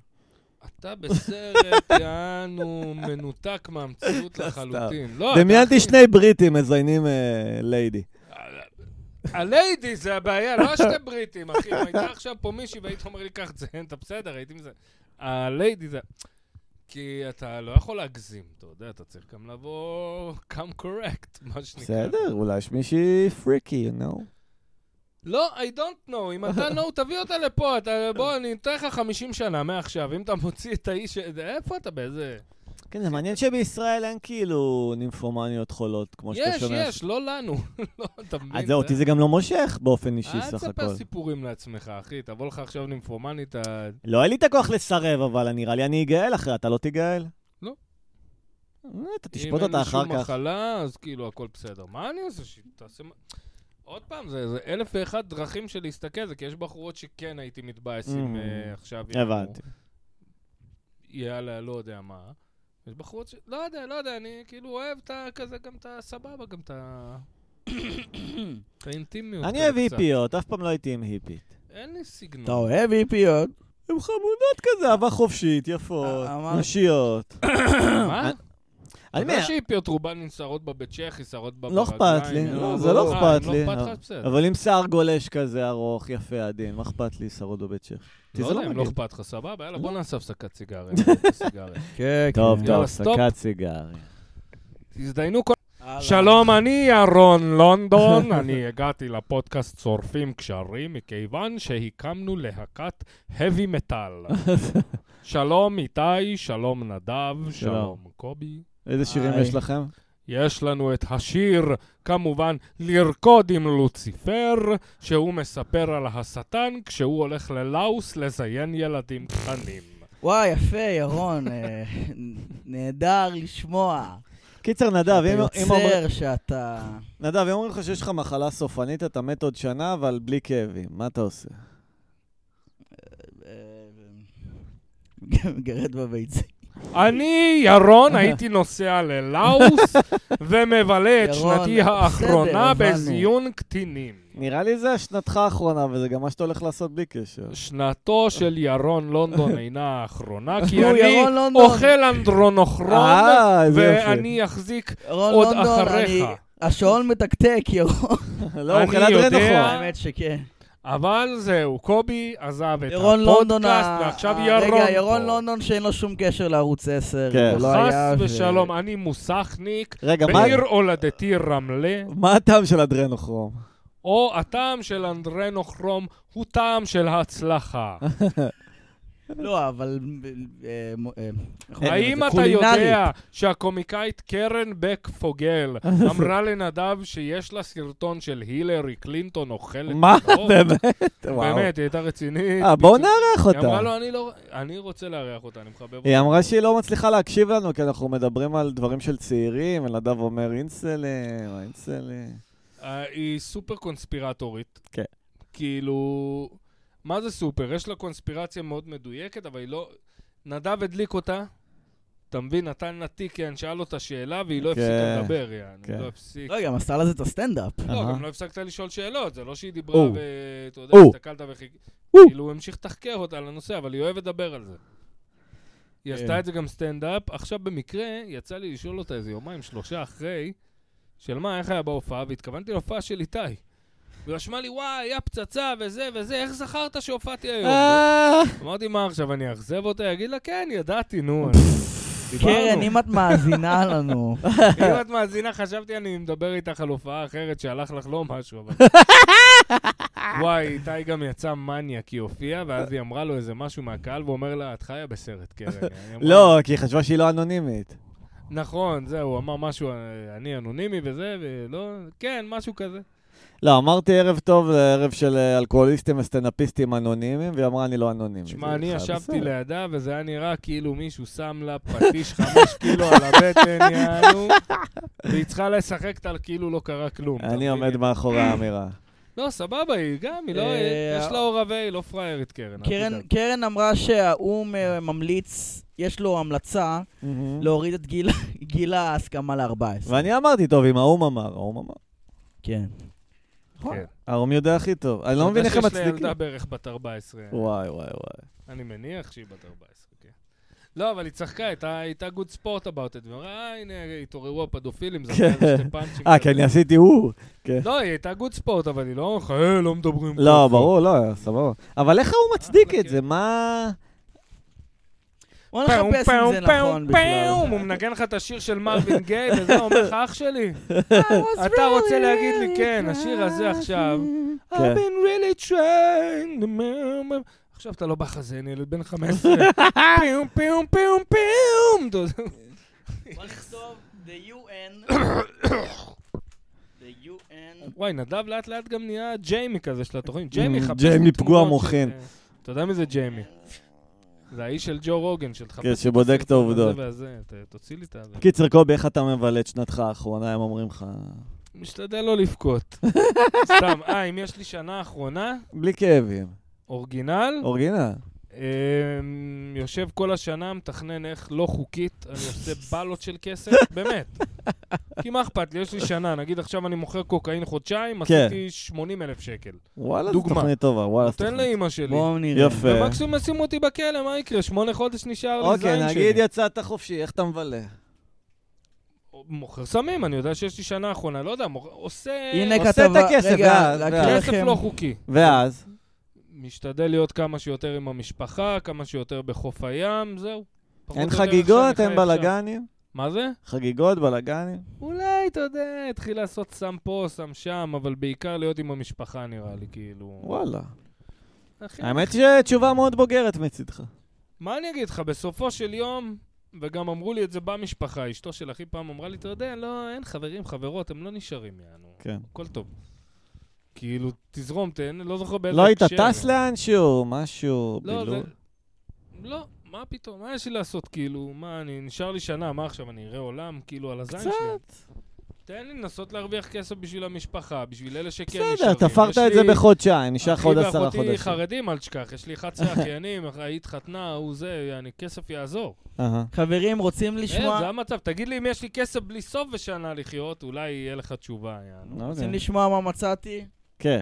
Speaker 3: אתה בסרט, יענו, מנותק מהמציאות
Speaker 1: לא,
Speaker 3: לחלוטין. לא, אתה
Speaker 1: דמיינתי
Speaker 3: אחי.
Speaker 1: שני בריטים מזיינים אה, ליידי.
Speaker 3: הליידי זה הבעיה, לא השתי בריטים, אחי. אם הייתה עכשיו פה מישהי והיית אומר לי, קח את זה, אתה בסדר, הייתי מזה. הליידי זה... כי אתה לא יכול להגזים, אתה יודע, אתה צריך גם לבוא come correct, מה שנקרא.
Speaker 1: בסדר, אולי יש מישהי פריקי, you know.
Speaker 3: לא, I don't know. אם אתה know, תביא אותה לפה. אתה, בוא, אני אתן לך 50 שנה מעכשיו. אם אתה מוציא את האיש... איפה אתה? באיזה...
Speaker 1: כן, זה מעניין שבישראל אין כאילו נימפומניות חולות, כמו שאתה
Speaker 3: יש,
Speaker 1: שומע.
Speaker 3: יש, לא לנו. לא, אתה מבין?
Speaker 1: אז זהו, אותי זה גם לא מושך באופן אישי
Speaker 3: אל
Speaker 1: סך
Speaker 3: אה, תספר
Speaker 1: הכל.
Speaker 3: סיפורים לעצמך, אחי. תבוא לך עכשיו נימפומנית, ה-
Speaker 1: לא היה לי את הכוח לסרב, אבל נראה לי אני אגאל אחרי, אתה לא תיגאל.
Speaker 3: לא.
Speaker 1: אה, אתה תשפוט אותה
Speaker 3: אם
Speaker 1: אחר
Speaker 3: אין לי שום
Speaker 1: כך.
Speaker 3: מחלה, אז כאילו הכל בסדר. מה אני עושה? ש- תעשה... מה- עוד פעם, זה זה אלף ואחת דרכים של להסתכל, זה כי יש בחורות שכן הייתי מתבאס אם
Speaker 1: Mm.
Speaker 3: אה, עכשיו... יענו,
Speaker 1: הבנתי.
Speaker 3: יאללה, לא יודע מה. יש בחורות ש... לא יודע, לא יודע, אני כאילו אוהב את ה... כזה, גם את הסבבה, גם את ה... את האינטימיות.
Speaker 1: אני
Speaker 3: כזה
Speaker 1: אוהב
Speaker 3: קצת.
Speaker 1: היפיות, אף פעם לא הייתי עם היפית.
Speaker 3: אין לי סגנון.
Speaker 2: אתה אוהב היפיות?
Speaker 1: הן חמודות כזה, אהבה חופשית, יפות,
Speaker 2: אה, אמרת-
Speaker 1: נשיות.
Speaker 3: מה?
Speaker 1: אני- אני
Speaker 3: אתה יודע
Speaker 1: אומר,
Speaker 3: שהיפיות רובן נסערות בבית צ'כי, סערות בברגליים.
Speaker 1: לא אכפת לי,
Speaker 2: לא,
Speaker 1: לא,
Speaker 2: אבל-
Speaker 1: זה לא
Speaker 3: אה,
Speaker 1: אכפת לי.
Speaker 3: לא אכפת לך? בסדר.
Speaker 1: אבל אם שיער גולש כזה ארוך, יפה, עדין, מה אכפת לי שרות בבית שך? אותי
Speaker 3: לא
Speaker 1: זה לא
Speaker 3: יודע, אם לא
Speaker 1: מגעיל.
Speaker 3: אכפת לך, סבבה, יאללה,
Speaker 1: לא.
Speaker 3: בוא נעשה הפסקת סיגריה. נעשה סיגריה.
Speaker 2: כן,
Speaker 1: טוב,
Speaker 2: כן.
Speaker 1: טוב,
Speaker 3: יאללה, סטופ.
Speaker 1: הפסקת סיגריה.
Speaker 3: תזדיינו כל...
Speaker 2: הלאה.
Speaker 3: שלום, אני ירון לונדון, אני הגעתי לפודקאסט שורפים קשרים, מכיוון שהקמנו להקת heavy metal. שלום איתי, שלום נדב, שלום קובי.
Speaker 1: איזה שירים
Speaker 2: היי.
Speaker 1: יש לכם?
Speaker 3: יש לנו את השיר, כמובן, לרקוד עם לוציפר, שהוא מספר על השטן כשהוא הולך ללאוס לזיין ילדים קטנים.
Speaker 2: וואי, יפה, ירון. אה, נהדר לשמוע.
Speaker 1: קיצר, נדב, אם-
Speaker 2: אתה
Speaker 1: אם אומר-
Speaker 2: יוצר שאתה...
Speaker 1: נדב, אם אומרים לך שיש לך מחלה סופנית, אתה מת עוד שנה, אבל בלי כאבים, מה אתה עושה?
Speaker 2: אה, מגרד בביצים.
Speaker 3: אני, ירון, הייתי נוסע ללאוס ומבלה את
Speaker 2: ירון,
Speaker 3: שנתי
Speaker 2: בסדר,
Speaker 3: האחרונה
Speaker 2: הבנו.
Speaker 3: בזיון קטינים.
Speaker 1: נראה לי זה שנתך האחרונה, וזה גם מה שאתה הולך לעשות בלי קשר.
Speaker 3: שנתו של ירון לונדון אינה האחרונה, כי
Speaker 2: הוא
Speaker 3: אני
Speaker 2: ירון לונדון.
Speaker 3: אוכל אנדרונוכרון,
Speaker 1: אה, איזה יופי.
Speaker 3: ואני אחזיק...
Speaker 2: ירון
Speaker 3: עוד
Speaker 2: לונדון,
Speaker 3: אחריך.
Speaker 2: אני- השעון מתקתק, ירון.
Speaker 1: לא, הוא
Speaker 3: אני
Speaker 1: אוכל
Speaker 3: יודע-
Speaker 1: אדרנוכרון.
Speaker 2: האמת שכן.
Speaker 3: אבל זהו, קובי עזב את
Speaker 2: ירון לונדון,
Speaker 3: הפודקאסט,
Speaker 2: ה-
Speaker 3: ועכשיו
Speaker 2: ה-
Speaker 3: ירון
Speaker 2: רגע, ירון
Speaker 3: פה.
Speaker 2: לונדון שאין לו שום קשר לערוץ 10.
Speaker 1: כן.
Speaker 2: הוא לא היה
Speaker 3: חס
Speaker 2: ו-
Speaker 3: ושלום, אני מוסכניק,
Speaker 1: רגע, מה-
Speaker 3: בעיר הולדתי רמלה,
Speaker 1: מה הטעם של אדרנוכרום?
Speaker 3: או הטעם של אנדרנוכרום הוא טעם של ההצלחה.
Speaker 2: לא, אבל... אה, מ- אה, איך אומרים את
Speaker 3: האם
Speaker 2: זה?
Speaker 3: אתה יודע
Speaker 2: קולינרית.
Speaker 3: שהקומיקאית קרן בק פוגל אמרה לנדב שיש לה סרטון של הילרי קלינטון אוכלת?
Speaker 1: מה?
Speaker 3: טוב?
Speaker 1: באמת? וואו.
Speaker 3: אה, לא. באמת, היא הייתה רצינית.
Speaker 1: אה, בואו נארח
Speaker 3: היא
Speaker 1: אותה.
Speaker 3: אמרה לו, "אני לא- אני רוצה לארח אותה, אני מחבב אותה.
Speaker 1: היא אמרה שהיא לא מצליחה להקשיב לנו, כי אנחנו מדברים על דברים של צעירים, ונדב אומר אינסלים, אינסלים.
Speaker 3: אה, היא סופר קונספירטורית.
Speaker 1: כן.
Speaker 3: כאילו, מה זה סופר? יש לה קונספירציה מאוד מדויקת, אבל היא לא... נדב הדליק אותה, אתה מבין? נתן לה טיקן, שאל אותה שאלה, והיא לא הפסיקה
Speaker 1: כן.
Speaker 3: לדבר, יעני.
Speaker 1: כן.
Speaker 3: לא הפסיק.
Speaker 2: לא, גם עשתה לזה את הסטנדאפ.
Speaker 3: לא,
Speaker 1: אהה.
Speaker 3: גם לא הפסקת לשאול שאלות, זה לא שהיא דיברה
Speaker 1: או.
Speaker 3: ואתה יודע,
Speaker 1: או.
Speaker 3: הסתכלת וחיכית.
Speaker 1: או.
Speaker 3: כאילו, הוא המשיך לתחקר אותה על הנושא, אבל היא אוהבת לדבר על זה. היא
Speaker 2: כן.
Speaker 3: עשתה את זה גם סטנדאפ. עכשיו במקרה, יצא לי לשאול אותה איזה יומיים, שלושה אחרי, של מה, איך היה בהופעה, והתכוונתי להופעה של איתי. והיא רשמה לי, וואי, היה פצצה וזה וזה, איך זכרת שהופעתי היום?
Speaker 1: אה,
Speaker 3: אמרתי, מה עכשיו, אני אאכזב אותה? יגיד לה, כן, ידעתי, נו. אני- דיברנו.
Speaker 2: קרן, אם את מאזינה לנו,
Speaker 3: אם את מאזינה, חשבתי אני מדבר איתך על הופעה אחרת שהלך לך לא משהו, אבל... וואי, איתי גם יצא מניאק, היא הופיעה, ואז היא אמרה לו איזה משהו מהקהל, והוא אומר לה, את חיה בסרט, קרן. אני אמר,
Speaker 1: לא, כי היא חשבה שהיא לא אנונימית.
Speaker 3: נכון, זהו, הוא אמר משהו, אה, אני אנונימי וזה, ולא... כן, משהו כזה.
Speaker 1: לא, אמרתי ערב טוב לערב של אה, אלכוהוליסטים וסטנאפיסטים אנונימיים, והיא אמרה, אני לא אנונימית.
Speaker 3: שמע, אני
Speaker 1: זה
Speaker 3: ישבתי
Speaker 1: בסדר.
Speaker 3: לידה, וזה היה נראה כאילו מישהו שם לה פטיש חמש קילו על הבטן, יענו, והיא צריכה לשחק אותה כאילו לא קרה כלום. אתה
Speaker 1: אני
Speaker 3: מבין?
Speaker 1: עומד מאחורי האמירה.
Speaker 3: לא, סבבה, היא גם, היא לא...
Speaker 2: אה,
Speaker 3: יש לה עורבי, היא לא פראיירית, קרן. אל
Speaker 2: קרן-
Speaker 3: תדאג.
Speaker 2: קרן אמרה שהאו"ם אה, ממליץ, יש לו המלצה
Speaker 3: לא.
Speaker 2: להוריד את גיל- גיל ההסכמה ל-14.
Speaker 1: ואני אמרתי, טוב, אם האו"ם אמר, האו"ם אמר.
Speaker 2: כן.
Speaker 3: כן.
Speaker 1: האו"ם יודע הכי טוב. אני לא מבין איך הם
Speaker 3: אתה יודע שיש לי
Speaker 1: מצדיקים.
Speaker 3: ילדה בערך בת 14.
Speaker 1: וואי, וואי, וואי.
Speaker 3: אני מניח שהיא בת 14, כן. לא, אבל היא צחקה, הייתה- הייתה גוד ספורט אבאוט את, ואמרה, אה, הנה, התעוררו הפדופילים, זה
Speaker 1: כן.
Speaker 3: שתי פאנצ'ים.
Speaker 1: אה,
Speaker 3: כזה."
Speaker 1: כי אני עשיתי הוא. כן.
Speaker 3: לא, היא הייתה גוד ספורט, אבל היא לא, אה, לא מדברים
Speaker 1: לא,
Speaker 3: ככה."
Speaker 1: ברור, לא, סבבה. אבל איך
Speaker 3: אה,
Speaker 1: הוא מצדיק את זה?
Speaker 3: כן.
Speaker 1: מה...
Speaker 2: בוא
Speaker 1: לא
Speaker 3: פעם,
Speaker 2: נחפש אם
Speaker 3: פעם,
Speaker 2: זה
Speaker 3: פעם,
Speaker 2: נכון בכלל.
Speaker 3: פעם, הוא מנגן לך את השיר של מרווין גיי, וזה אומר לך, אח שלי.
Speaker 2: I was
Speaker 3: אתה רוצה
Speaker 2: really,
Speaker 3: להגיד לי,
Speaker 2: really
Speaker 3: כן, השיר הזה עכשיו. I've
Speaker 1: כן.
Speaker 3: been really trying to remember. עכשיו אתה לא בחזן, ילד בן 15. פיום, פיום, פיום, פיום. אתה יודע,
Speaker 2: בוא נכתוב the UN. The UN.
Speaker 3: וואי, נדב לאט לאט גם נהיה ג'יימי כזה של התוכנית. ג'יימי
Speaker 1: Mm,
Speaker 3: חפש לי
Speaker 1: ג'יימי
Speaker 3: תמונות
Speaker 1: פגוע
Speaker 3: של- אה,
Speaker 1: מוחין.
Speaker 3: אתה יודע מי זה ג'יימי? זה האיש של ג'ו רוגן, של תחפש
Speaker 1: כן,
Speaker 3: את
Speaker 1: שבודק את
Speaker 3: הסרטון הזה
Speaker 1: העובדות.
Speaker 3: והזה, ת- תוציא לי את ה...
Speaker 1: קיצר, קובי, איך אתה מבלה את שנתך האחרונה, הם אומרים לך...
Speaker 3: משתדל לא לבכות. סתם, אה, אם יש לי שנה אחרונה,
Speaker 1: בלי כאבים.
Speaker 3: אורגינל,
Speaker 1: אורגינל.
Speaker 3: אמ, יושב כל השנה, מתכנן איך לא חוקית, אני עושה בלות של כסף, באמת. כי מה אכפת לי, יש לי שנה, נגיד עכשיו אני מוכר קוקאין חודשיים,
Speaker 1: כן.
Speaker 3: עשיתי 80 אלף שקל.
Speaker 1: וואלה, זו
Speaker 3: דוגמה.
Speaker 1: תוכנית טובה, וואלה, זו
Speaker 3: נותן
Speaker 1: תוכנית.
Speaker 3: לאימא שלי.
Speaker 2: בואו נראה.
Speaker 1: יפה.
Speaker 3: ומקסימום ישימו אותי בכלא, מה יקרה? שמונה חודש נשאר לי
Speaker 1: אוקיי,
Speaker 3: זין
Speaker 1: נגיד
Speaker 3: שלי.
Speaker 1: יצאת חופשי, איך אתה מבלה?
Speaker 3: מוכר סמים, אני יודע שיש לי שנה אחרונה, לא יודע, מוכר- עושה...
Speaker 2: הנה
Speaker 1: עושה
Speaker 2: כתבה,
Speaker 1: את הכסף, אה,
Speaker 2: רגע,
Speaker 1: ואז-
Speaker 2: להקריא
Speaker 1: ואז.
Speaker 3: כסף
Speaker 2: לכם.
Speaker 3: לא חוקי.
Speaker 1: ואז?
Speaker 3: משתדל להיות כמה שיותר עם המשפחה, כמה שיותר בחוף הים, זהו. פחות
Speaker 1: אין
Speaker 3: או יותר איך
Speaker 1: חגיגות,
Speaker 3: שאני
Speaker 1: אין
Speaker 3: חי עכשיו.
Speaker 1: בלאגנים?
Speaker 3: מה זה?
Speaker 1: חגיגות, בלאגנים?
Speaker 3: אולי, אתה יודע, התחיל לעשות סם פה, סם שם, אבל בעיקר להיות עם המשפחה, נראה לי, כאילו.
Speaker 1: וואלה.
Speaker 3: אחי,
Speaker 1: כן. האמת שתשובה מאוד בוגרת מצידך.
Speaker 3: מה אני אגיד לך, בסופו של יום, וגם אמרו לי את זה במשפחה, אשתו של אחי פעם אמרה לי, אתה יודע, לא, אין חברים, חברות, הם לא נשארים, יענו.
Speaker 1: כן.
Speaker 3: הכל טוב. כאילו, תזרום, תהנה, לא זוכר באיזה
Speaker 1: לא היית
Speaker 3: הקשר.
Speaker 1: טס לאנשהו, משהו,
Speaker 3: לא, זה...
Speaker 1: בילוי.
Speaker 3: לא, מה פתאום, מה יש לי לעשות, כאילו, מה, אני, נשאר לי שנה, מה עכשיו, אני אראה עולם, כאילו, על הזין שלי.
Speaker 1: קצת.
Speaker 3: תן לי לנסות להרוויח כסף בשביל המשפחה, בשביל אלה שכן נשארים.
Speaker 1: בסדר, תפרת
Speaker 3: יש
Speaker 1: את
Speaker 3: לי-
Speaker 1: זה בחודשיים, נשאר לך עוד עשרה
Speaker 3: אחי ואחותי
Speaker 1: חודשים.
Speaker 3: חרדים, אל תשכח, יש לי 11 אחיינים, אח- היא התחתנה, הוא זה, יעני, כסף יעזור.
Speaker 1: אהה.
Speaker 2: חברים, רוצים
Speaker 3: אין, זה
Speaker 2: לשמוע?
Speaker 3: המצב, תגיד לי אם יש לי כסף בלי סוף ושנה לחיות, אולי יהיה לך תשובה, יענו.
Speaker 1: אוקיי.
Speaker 2: רוצים לשמוע מה מצאתי?
Speaker 1: כן.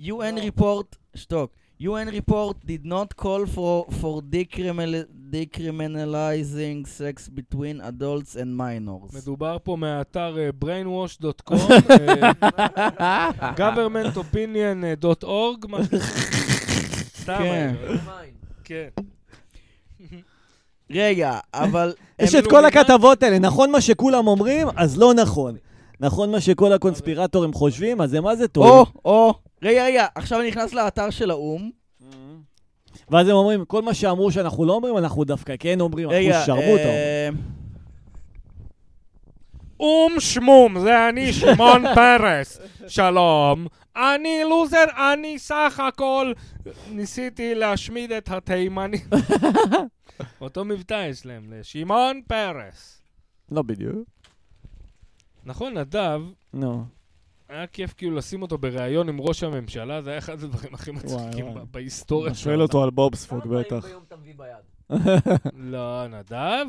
Speaker 2: UN
Speaker 3: לא.
Speaker 2: report, שתוק. UN report did not call for, for decriminal, decriminalizing sex between adults and minors.
Speaker 3: מדובר פה מהאתר אה, brainwash.com, אה, governmentopinion.org, מה ש... סתם,
Speaker 2: כן.
Speaker 3: אני לא- כן.
Speaker 2: רגע, אבל...
Speaker 1: יש
Speaker 2: הם
Speaker 3: לא
Speaker 1: את כל
Speaker 2: לומינטים.
Speaker 1: הכתבות האלה, נכון מה שכולם אומרים, אז לא נכון. נכון מה שכל הקונספירטורים חושבים, אז זה מה זה
Speaker 2: או,
Speaker 1: טועים.
Speaker 2: או, רגע, רגע, עכשיו אני נכנס לאתר של האו"ם.
Speaker 1: ואז הם אומרים, כל מה שאמרו שאנחנו לא אומרים, אנחנו דווקא כן אומרים, אנחנו שרמוטה. אומרים.
Speaker 2: אה,
Speaker 3: אום שמום, זה אני שמעון פרס. שלום, אני לוזר, אני סך הכל ניסיתי להשמיד את התימנים. אותו מבטא יש להם, לשמעון פרס.
Speaker 1: לא בדיוק.
Speaker 3: נכון, נדב,
Speaker 1: נו.
Speaker 3: היה כיף כאילו לשים אותו בריאיון עם ראש הממשלה, זה היה אחד הדברים הכי מצחיקים
Speaker 1: וואי.
Speaker 3: ב- בהיסטוריה
Speaker 1: שואל אותו על בובספוג בטח.
Speaker 3: לא, נדב?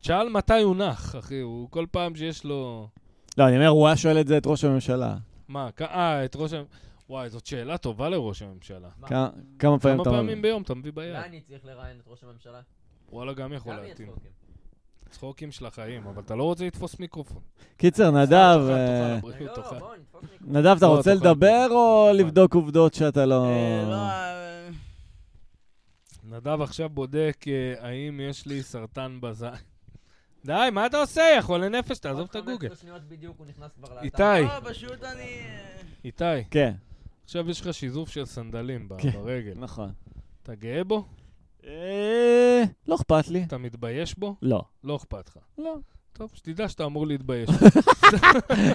Speaker 3: תשאל מתי הוא נח, אחי, הוא כל פעם שיש לו...
Speaker 1: לא, אני אומר, הוא היה שואל את זה את ראש הממשלה.
Speaker 3: מה, כ- אה, את ראש המ... וואי, זאת שאלה טובה לראש הממשלה.
Speaker 1: כמה- כמה פעמים
Speaker 3: כמה
Speaker 1: אתה
Speaker 3: פעמים
Speaker 1: אומר?
Speaker 3: ביום אתה מביא ביד?
Speaker 4: אולי אני צריך לראיין את ראש הממשלה?
Speaker 3: וואלה, גם יכול
Speaker 4: גם יהיה
Speaker 3: להתאים.
Speaker 4: צחוקים.
Speaker 3: צחוקים של החיים, אבל אתה לא רוצה לתפוס מיקרופון.
Speaker 1: קיצר,
Speaker 3: אה,
Speaker 1: נדב,
Speaker 3: תאכל,
Speaker 1: אה,
Speaker 3: תאכל, הבריאות,
Speaker 4: לא,
Speaker 3: תאכל.
Speaker 4: לא, בואו נדפוק מיקרופון.
Speaker 1: נדב, אתה
Speaker 3: לא,
Speaker 1: רוצה
Speaker 3: תאכל.
Speaker 1: לדבר או לבדוק עובדות שאתה לא...
Speaker 2: אה, לא, אה,
Speaker 3: נדב עכשיו בודק אה, האם יש לי סרטן בזין. די, מה אתה עושה? חולה נפש, תעזוב את
Speaker 4: עוד
Speaker 3: הגוגל.
Speaker 4: 15 שניות בדיוק הוא נכנס כבר לאתר.
Speaker 3: איתי,
Speaker 2: לא, פשוט אני... אה,
Speaker 3: איתי,
Speaker 1: כן,
Speaker 3: עכשיו יש לך שיזוף של סנדלים ב-
Speaker 1: כן.
Speaker 3: ברגל.
Speaker 1: נכון.
Speaker 3: אתה גאה בו?
Speaker 1: אה, לא אכפת לי.
Speaker 3: אתה מתבייש בו?
Speaker 1: לא.
Speaker 3: לא אכפת לך.
Speaker 1: לא.
Speaker 3: טוב, שתדע שאתה אמור להתבייש.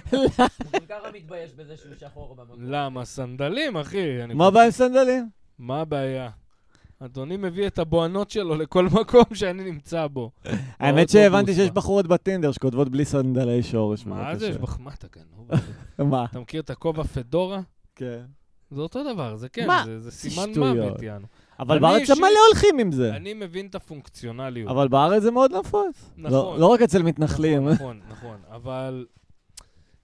Speaker 4: הוא גם ככה מתבייש בזה שהוא שחור במקום.
Speaker 1: לא,
Speaker 3: למה? סנדלים, אחי. אני-
Speaker 1: מה הבעיה עם סנדלים?
Speaker 3: מה הבעיה? אדוני מביא את הבוענות שלו לכל מקום שאני נמצא בו.
Speaker 1: האמת
Speaker 3: באוטובוס,
Speaker 1: שהבנתי שיש
Speaker 3: מה?
Speaker 1: בחורות בטינדר שכותבות בלי סנדלי שורש.
Speaker 3: מה
Speaker 1: בבקשה.
Speaker 3: זה? יש בך מה אתה גנוב?
Speaker 1: מה?
Speaker 3: אתה מכיר את הכובע פדורה?
Speaker 1: כן.
Speaker 3: זה אותו דבר, זה כן,
Speaker 1: מה?
Speaker 3: זה- זה סימן
Speaker 1: שטויות.
Speaker 3: מוות, יענו.
Speaker 1: אבל
Speaker 3: אני
Speaker 1: בארץ שם
Speaker 3: אישית-
Speaker 1: מלא הולכים עם זה.
Speaker 3: אני מבין את הפונקציונליות.
Speaker 1: אבל בארץ זה מאוד נפוץ.
Speaker 3: נכון.
Speaker 1: לא לא רק אצל מתנחלים.
Speaker 3: נכון, נכון, נכון, אבל...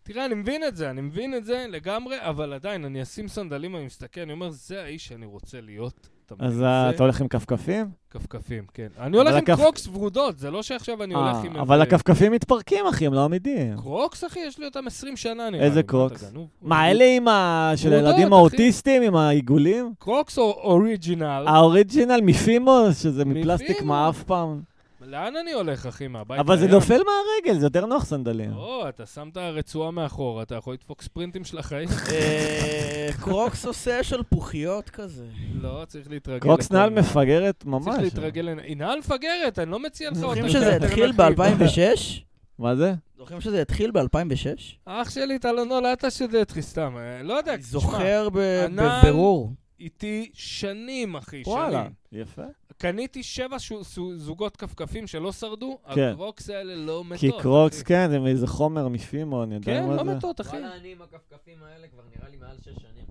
Speaker 3: תראה, אני מבין את זה, אני מבין את זה לגמרי, אבל עדיין, אני אשים סנדלים, אני מסתכל, אני אומר, זה האיש שאני רוצה להיות. אתה מבין?
Speaker 1: אז
Speaker 3: זה
Speaker 1: אה, אתה הולך עם כפכפים?
Speaker 3: כפכפים, כן. אני הולך עם
Speaker 1: הכפ-
Speaker 3: קרוקס ורודות, זה לא שעכשיו אני הולך
Speaker 1: אה,
Speaker 3: עם...
Speaker 1: אבל
Speaker 3: איזה-
Speaker 1: הכפכפים מתפרקים, אחי, הם לא עמידים.
Speaker 3: קרוקס, אחי, יש לי אותם 20 שנה, נראה לי.
Speaker 1: איזה
Speaker 3: מה, אתה
Speaker 1: קרוקס?
Speaker 3: גנוב?
Speaker 1: מה, אלה עם ה... של
Speaker 3: ורודות,
Speaker 1: הילדים
Speaker 3: אחי.
Speaker 1: האוטיסטים, עם העיגולים?
Speaker 3: קרוקס או אוריג'ינל?
Speaker 1: אה. האוריג'ינל מפימו, שזה מפלסטיק
Speaker 3: מפימו.
Speaker 1: מאף פעם.
Speaker 3: אוקיי, לאן אני הולך, אחי, מהבית?
Speaker 1: אבל זה
Speaker 3: לים?
Speaker 1: נופל מהרגל, זה יותר נוח סנדלים.
Speaker 3: או, אתה שם את הרצועה מאחורה, אתה יכול לדפוק ספרינטים של החיים?
Speaker 2: אה, קרוקס עושה שלפוחיות כזה.
Speaker 3: לא, צריך להתרגל.
Speaker 1: קרוקס
Speaker 3: לכל
Speaker 1: נעל
Speaker 3: זה.
Speaker 1: מפגרת ממש. אה.
Speaker 3: צריך להתרגל. לנ- היא נעל מפגרת, אני לא מציע לך אותה.
Speaker 2: זוכרים
Speaker 3: יותר
Speaker 2: שזה
Speaker 3: מדי.
Speaker 2: התחיל ב-2006?
Speaker 1: מה זה?
Speaker 2: זוכרים שזה התחיל ב-2006?
Speaker 3: אח שלי, אתה לא נולדת שזה התחיל סתם, אה, לא יודע,
Speaker 2: אני
Speaker 3: תשמע,
Speaker 2: זוכר ב-
Speaker 3: ענן-
Speaker 2: בבירור.
Speaker 3: איתי שנים, אחי,
Speaker 1: וואלה.
Speaker 3: שנים.
Speaker 1: יפה.
Speaker 3: קניתי שבע שו- סו- זוגות כפכפים שלא שרדו,
Speaker 1: כן.
Speaker 3: הקרוקס האלה לא מתות.
Speaker 1: כי קרוקס,
Speaker 3: אחי.
Speaker 1: כן, זה מאיזה חומר מפימו, אני יודע
Speaker 3: כן,
Speaker 1: מה
Speaker 3: לא
Speaker 1: זה.
Speaker 3: מתות, אחי.
Speaker 4: וואלה, אני עם הכפכפים האלה כבר נראה לי מעל שש שנים.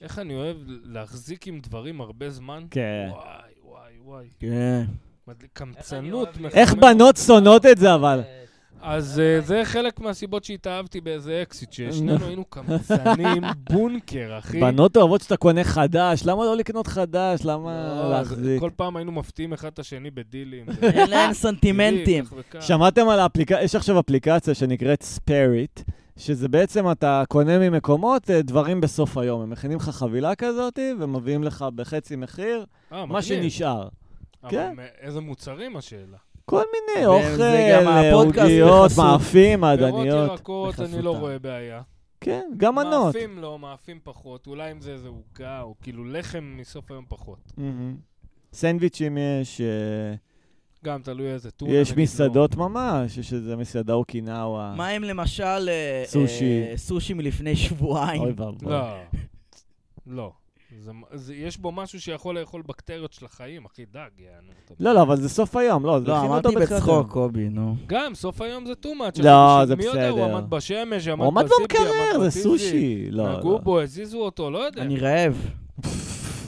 Speaker 3: איך אני אוהב להחזיק עם דברים הרבה זמן.
Speaker 1: כן.
Speaker 3: וואי, וואי, וואי.
Speaker 2: כן.
Speaker 3: מדליק- קמצנות.
Speaker 4: אוהב-
Speaker 1: איך
Speaker 3: מחמם.
Speaker 1: בנות שונאות את זה, אבל?
Speaker 4: אה,
Speaker 3: אז אה, זה חלק מהסיבות שהתאהבתי באיזה אקזיט, ששנינו היינו קמצנים בונקר, אחי.
Speaker 1: בנות אוהבות שאתה קונה חדש, למה לא לקנות חדש? למה
Speaker 3: לא, אז
Speaker 1: להחזיק?
Speaker 3: כל פעם היינו מפתיעים אחד את השני בדילים.
Speaker 2: אין להם סנטימנטים.
Speaker 3: כך וכך.
Speaker 1: שמעתם על האפליקציה, יש עכשיו אפליקציה שנקראת ספיריט, שזה בעצם אתה קונה ממקומות אה, דברים בסוף היום. הם מכינים לך חבילה כזאת ומביאים לך בחצי מחיר,
Speaker 3: אה,
Speaker 1: מה
Speaker 3: מגניב.
Speaker 1: שנשאר.
Speaker 3: אבל
Speaker 1: כן.
Speaker 3: מא- איזה מוצרים השאלה?
Speaker 1: כל מיני,
Speaker 2: וזה
Speaker 1: אוכל,
Speaker 2: גם
Speaker 1: אה,
Speaker 2: הפודקאסט
Speaker 1: עוגיות,
Speaker 2: בחסות.
Speaker 1: מאפים,
Speaker 3: פירות
Speaker 1: מעדניות.
Speaker 3: ירקות, אני לא
Speaker 1: בחסותם.
Speaker 3: רואה בעיה.
Speaker 1: כן, גם מנות.
Speaker 3: מאפים לא, מאפים פחות. אולי אם זה איזה עוגה, או כאילו לחם מסוף היום פחות.
Speaker 1: מהמם. סנדוויצ'ים יש, אה,
Speaker 3: גם תלוי איזה טונה.
Speaker 1: יש
Speaker 3: נגיד, לא.
Speaker 1: מסעדות ממש, יש איזה מסעדה אוקינאווה.
Speaker 2: מה אם למשל אה,
Speaker 1: סושי.
Speaker 2: אה, סושי מלפני
Speaker 1: אוי
Speaker 2: שבועיים?
Speaker 1: ואבוי.
Speaker 3: לא. לא. זה, זה, יש בו משהו שיכול לאכול בקטריות של החיים, אחי, דג, יענו. אתה
Speaker 1: לא, לא, אבל זה סוף היום, לא, זה
Speaker 2: לא,
Speaker 1: הכינו
Speaker 2: אמרתי
Speaker 1: אותו בתחילת היום.
Speaker 2: בצחוק, קובי, נו.
Speaker 3: גם, סוף היום זה too much.
Speaker 1: לא,
Speaker 3: אחי,
Speaker 1: זה
Speaker 3: מי יודע, הוא
Speaker 1: בסדר.
Speaker 3: עמד בשמש, עמד
Speaker 1: הוא עמד
Speaker 3: בזיפי,
Speaker 1: במקרר,
Speaker 3: עמד
Speaker 1: זה
Speaker 3: בטיזי.
Speaker 1: סושי. לא,
Speaker 3: נגעו
Speaker 1: לא.
Speaker 3: בו, הזיזו אותו, לא יודע.
Speaker 2: אני רעב.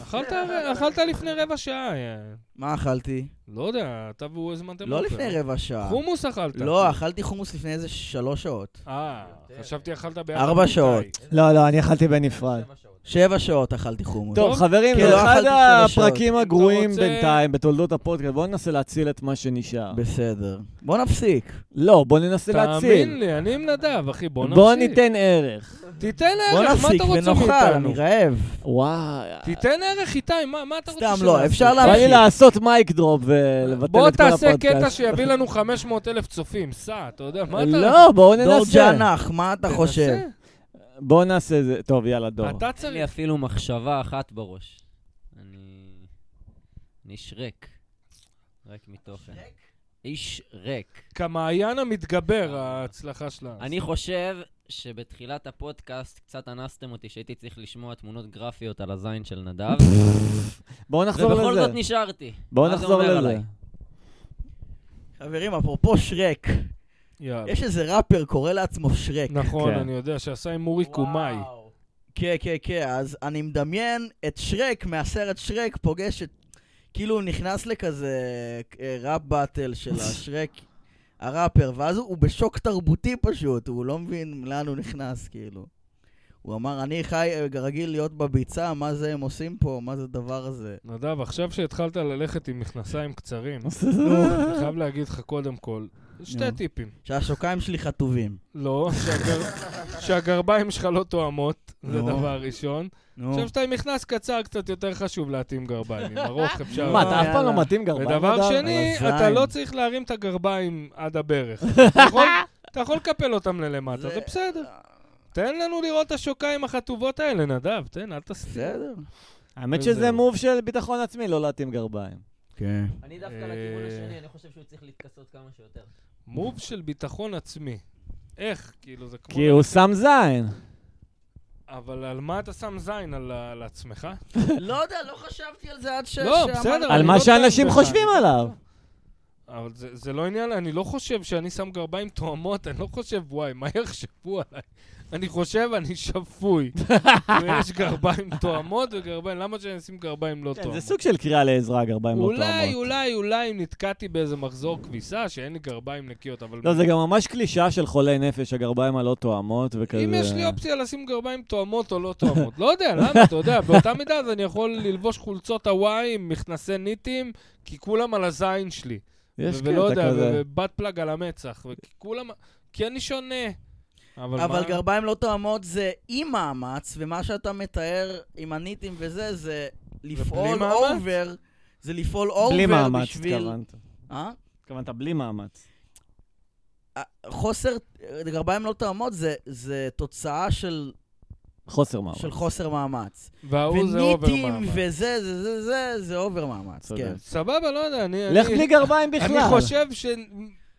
Speaker 3: אכלת אכלת לפני רבע שעה, אה,
Speaker 2: מה אכלתי?
Speaker 3: לא יודע, אתה והוא הזמנתם
Speaker 2: לא
Speaker 3: אוכל.
Speaker 2: לפני רבע שעה.
Speaker 3: חומוס אכלת.
Speaker 2: לא, אכלתי חומוס לפני איזה שלוש שעות.
Speaker 3: אה, חשבתי אכלת ביחד.
Speaker 2: ארבע
Speaker 3: איתי.
Speaker 2: שעות.
Speaker 1: לא, לא, אני אכלתי בנפרד.
Speaker 4: שבע שעות.
Speaker 2: שבע שעות אכלתי חומוס.
Speaker 1: טוב, חברים,
Speaker 2: כן,
Speaker 1: זה
Speaker 2: לא
Speaker 1: אחד
Speaker 2: אכלתי שבע שעות.
Speaker 1: הפרקים
Speaker 3: אם אתה
Speaker 1: הגרועים
Speaker 3: רוצה-
Speaker 1: בינתיים בתולדות הפודקאסט. בואו ננסה להציל את מה שנשאר.
Speaker 2: בסדר. בוא נפסיק.
Speaker 1: לא, בואו ננסה
Speaker 3: תאמין
Speaker 1: להציל.
Speaker 3: לי, אני עם נדב, אחי, בוא נפסיק.
Speaker 1: בואו ניתן ערך.
Speaker 3: תיתן
Speaker 2: בוא
Speaker 3: ערך, מה
Speaker 2: נפסיק
Speaker 3: אתה רוצה
Speaker 2: ונאכל, אני
Speaker 3: מאיתנו?
Speaker 2: רעב.
Speaker 1: וואי.
Speaker 3: תיתן ערך, איתי, מה מה אתה רוצה
Speaker 2: סתם,
Speaker 3: שנעשה?
Speaker 2: לא, אפשר
Speaker 1: בא לי
Speaker 2: להמשיך.
Speaker 1: לעשות מייק דרופ ולבטל את כל
Speaker 3: בוא
Speaker 1: הפודקאסט.
Speaker 3: תעשה קטע שיביא לנו 500 אלף צופים, סע, אתה יודע, מה אתה...
Speaker 1: לא, בואו
Speaker 2: דור
Speaker 1: ננסה.
Speaker 2: ג'אנח, מה אתה
Speaker 3: תנסה.
Speaker 2: חושב?
Speaker 1: בואו נעשה זה. טוב, יאללה, דור.
Speaker 3: אתה
Speaker 4: אין לי
Speaker 3: צריך...
Speaker 4: אפילו מחשבה אחת בראש. אני... אני איש ריק. ריק מתוכן. איש ריק.
Speaker 3: כמעיין המתגבר, ההצלחה שלה.
Speaker 4: אני חושב שבתחילת הפודקאסט קצת אנסתם אותי שהייתי צריך לשמוע תמונות גרפיות על הזין של נדב.
Speaker 1: בואו נחזור
Speaker 4: ובכל זאת
Speaker 1: לזה.
Speaker 4: נשארתי. מה
Speaker 1: בואו
Speaker 4: זה
Speaker 1: נחזור לזה.
Speaker 4: אומר עליי?
Speaker 2: חברים, אפרופו שרק,
Speaker 3: יאללה.
Speaker 2: יש איזה ראפר קורא לעצמו שרק.
Speaker 3: נכון,
Speaker 1: כן.
Speaker 3: אני יודע, שעשה עם אורי קומאי.
Speaker 2: כן, כן, כן, אז אני מדמיין את שרק מהסרט שרק פוגש את... כאילו הוא נכנס לכזה אה, ראפ באטל של השרק, הראפר, ואז הוא הוא בשוק תרבותי פשוט, הוא לא מבין לאן הוא נכנס, כאילו. הוא אמר, אני חי אה, רגיל להיות בביצה, מה זה הם עושים פה, מה זה הדבר הזה?
Speaker 3: נדב, עכשיו שהתחלת ללכת עם מכנסיים קצרים, אני חייב להגיד לך קודם כל, שתי
Speaker 2: נו.
Speaker 3: טיפים.
Speaker 2: שהשוקיים שלי חטובים.
Speaker 3: לא, שהגר- שהגרביים שלך לא תואמות, זה
Speaker 2: נו.
Speaker 3: דבר ראשון.
Speaker 2: נו,
Speaker 3: עכשיו שאתה עם מכנס קצר, קצת יותר חשוב להתאים גרביים. עם ארוך אפשר...
Speaker 1: מה, אתה אף פעם
Speaker 2: יאללה.
Speaker 1: לא מתאים גרביים?
Speaker 3: ודבר
Speaker 1: אדם?
Speaker 3: שני,
Speaker 2: על הזין.
Speaker 3: אתה לא צריך להרים את הגרביים עד הברך. אתה יכול- אתה יכול לקפל אותם ללמטה,
Speaker 2: זה-
Speaker 3: זה בסדר. תן לנו לראות את השוקיים החטובות האלה, נדב, תן, אל תסתיר.
Speaker 2: בסדר.
Speaker 1: האמת
Speaker 3: וזהו.
Speaker 1: שזה מוב של ביטחון עצמי, לא להתאים גרביים.
Speaker 2: כן.
Speaker 4: אני דווקא
Speaker 1: אה,
Speaker 4: לכיוון השני, אני חושב שהוא צריך להתכסות כמה שיותר.
Speaker 3: מוב של ביטחון עצמי. איך? כאילו, זה כמו...
Speaker 1: כי הוא שם זין.
Speaker 3: אבל על מה אתה שם זין? על ה- על עצמך?
Speaker 2: לא יודע, לא חשבתי על זה עד ש...
Speaker 3: לא,
Speaker 2: שאמרת
Speaker 3: בסדר,
Speaker 2: לי.
Speaker 1: על
Speaker 3: אני
Speaker 1: מה
Speaker 3: לא
Speaker 1: שאנשים
Speaker 3: דן בך,
Speaker 1: חושבים
Speaker 3: אני לא
Speaker 1: עליו.
Speaker 3: אבל זה זה לא עניין, אני לא חושב שאני שם גרביים תואמות, אני לא חושב, וואי, מה יחשבו עליי? אני חושב, אני שפוי. יש גרביים תואמות וגרביים, למה שאני אשים גרביים לא
Speaker 1: כן, זה
Speaker 3: תואמות?
Speaker 1: סוג של קריאה לעזרה, גרביים לא תואמות.
Speaker 3: אולי, אולי, אולי אם נתקעתי באיזה מחזור כביסה, שאין לי גרביים נקיות, אבל...
Speaker 1: לא, זה גם ממש קלישאה של חולי נפש, הגרביים הלא תואמות וכזה.
Speaker 3: אם יש לי אופציה לשים גרביים תואמות או לא תואמות, לא יודע, למה, אתה יודע, באותה מידה אז אני יכול ללבוש חולצות הוואי עם מכנסי ניטים, כי כולם על הזין שלי.
Speaker 1: יש
Speaker 3: ולא
Speaker 1: קטע
Speaker 3: יודע,
Speaker 1: כזה.
Speaker 3: ובת פלאג על המצח, וכולם... כי אני שונה. אבל
Speaker 2: אבל
Speaker 3: מה-
Speaker 2: גרביים לא תואמות זה עם מאמץ, ומה שאתה מתאר עם הניטים וזה, זה לפעול
Speaker 3: מאמץ?
Speaker 2: אובר, זה לפעול
Speaker 1: בלי
Speaker 2: אובר
Speaker 1: מאמץ,
Speaker 2: בשביל...
Speaker 1: התכוונת.
Speaker 2: אה?
Speaker 1: התכוונת בלי מאמץ.
Speaker 2: חוסר, גרביים לא תואמות זה, זה תוצאה של,
Speaker 1: חוסר מאמץ.
Speaker 2: של חוסר מאמץ.
Speaker 3: וההוא זה אובר
Speaker 2: וניטים
Speaker 3: מאמץ.
Speaker 2: וזה, זה, זה, זה, זה אובר מאמץ,
Speaker 1: צודק.
Speaker 2: כן.
Speaker 3: סבבה, לא יודע, אני...
Speaker 1: לך
Speaker 3: אני-
Speaker 1: בלי גרביים בכלל.
Speaker 3: אני חושב
Speaker 2: כן,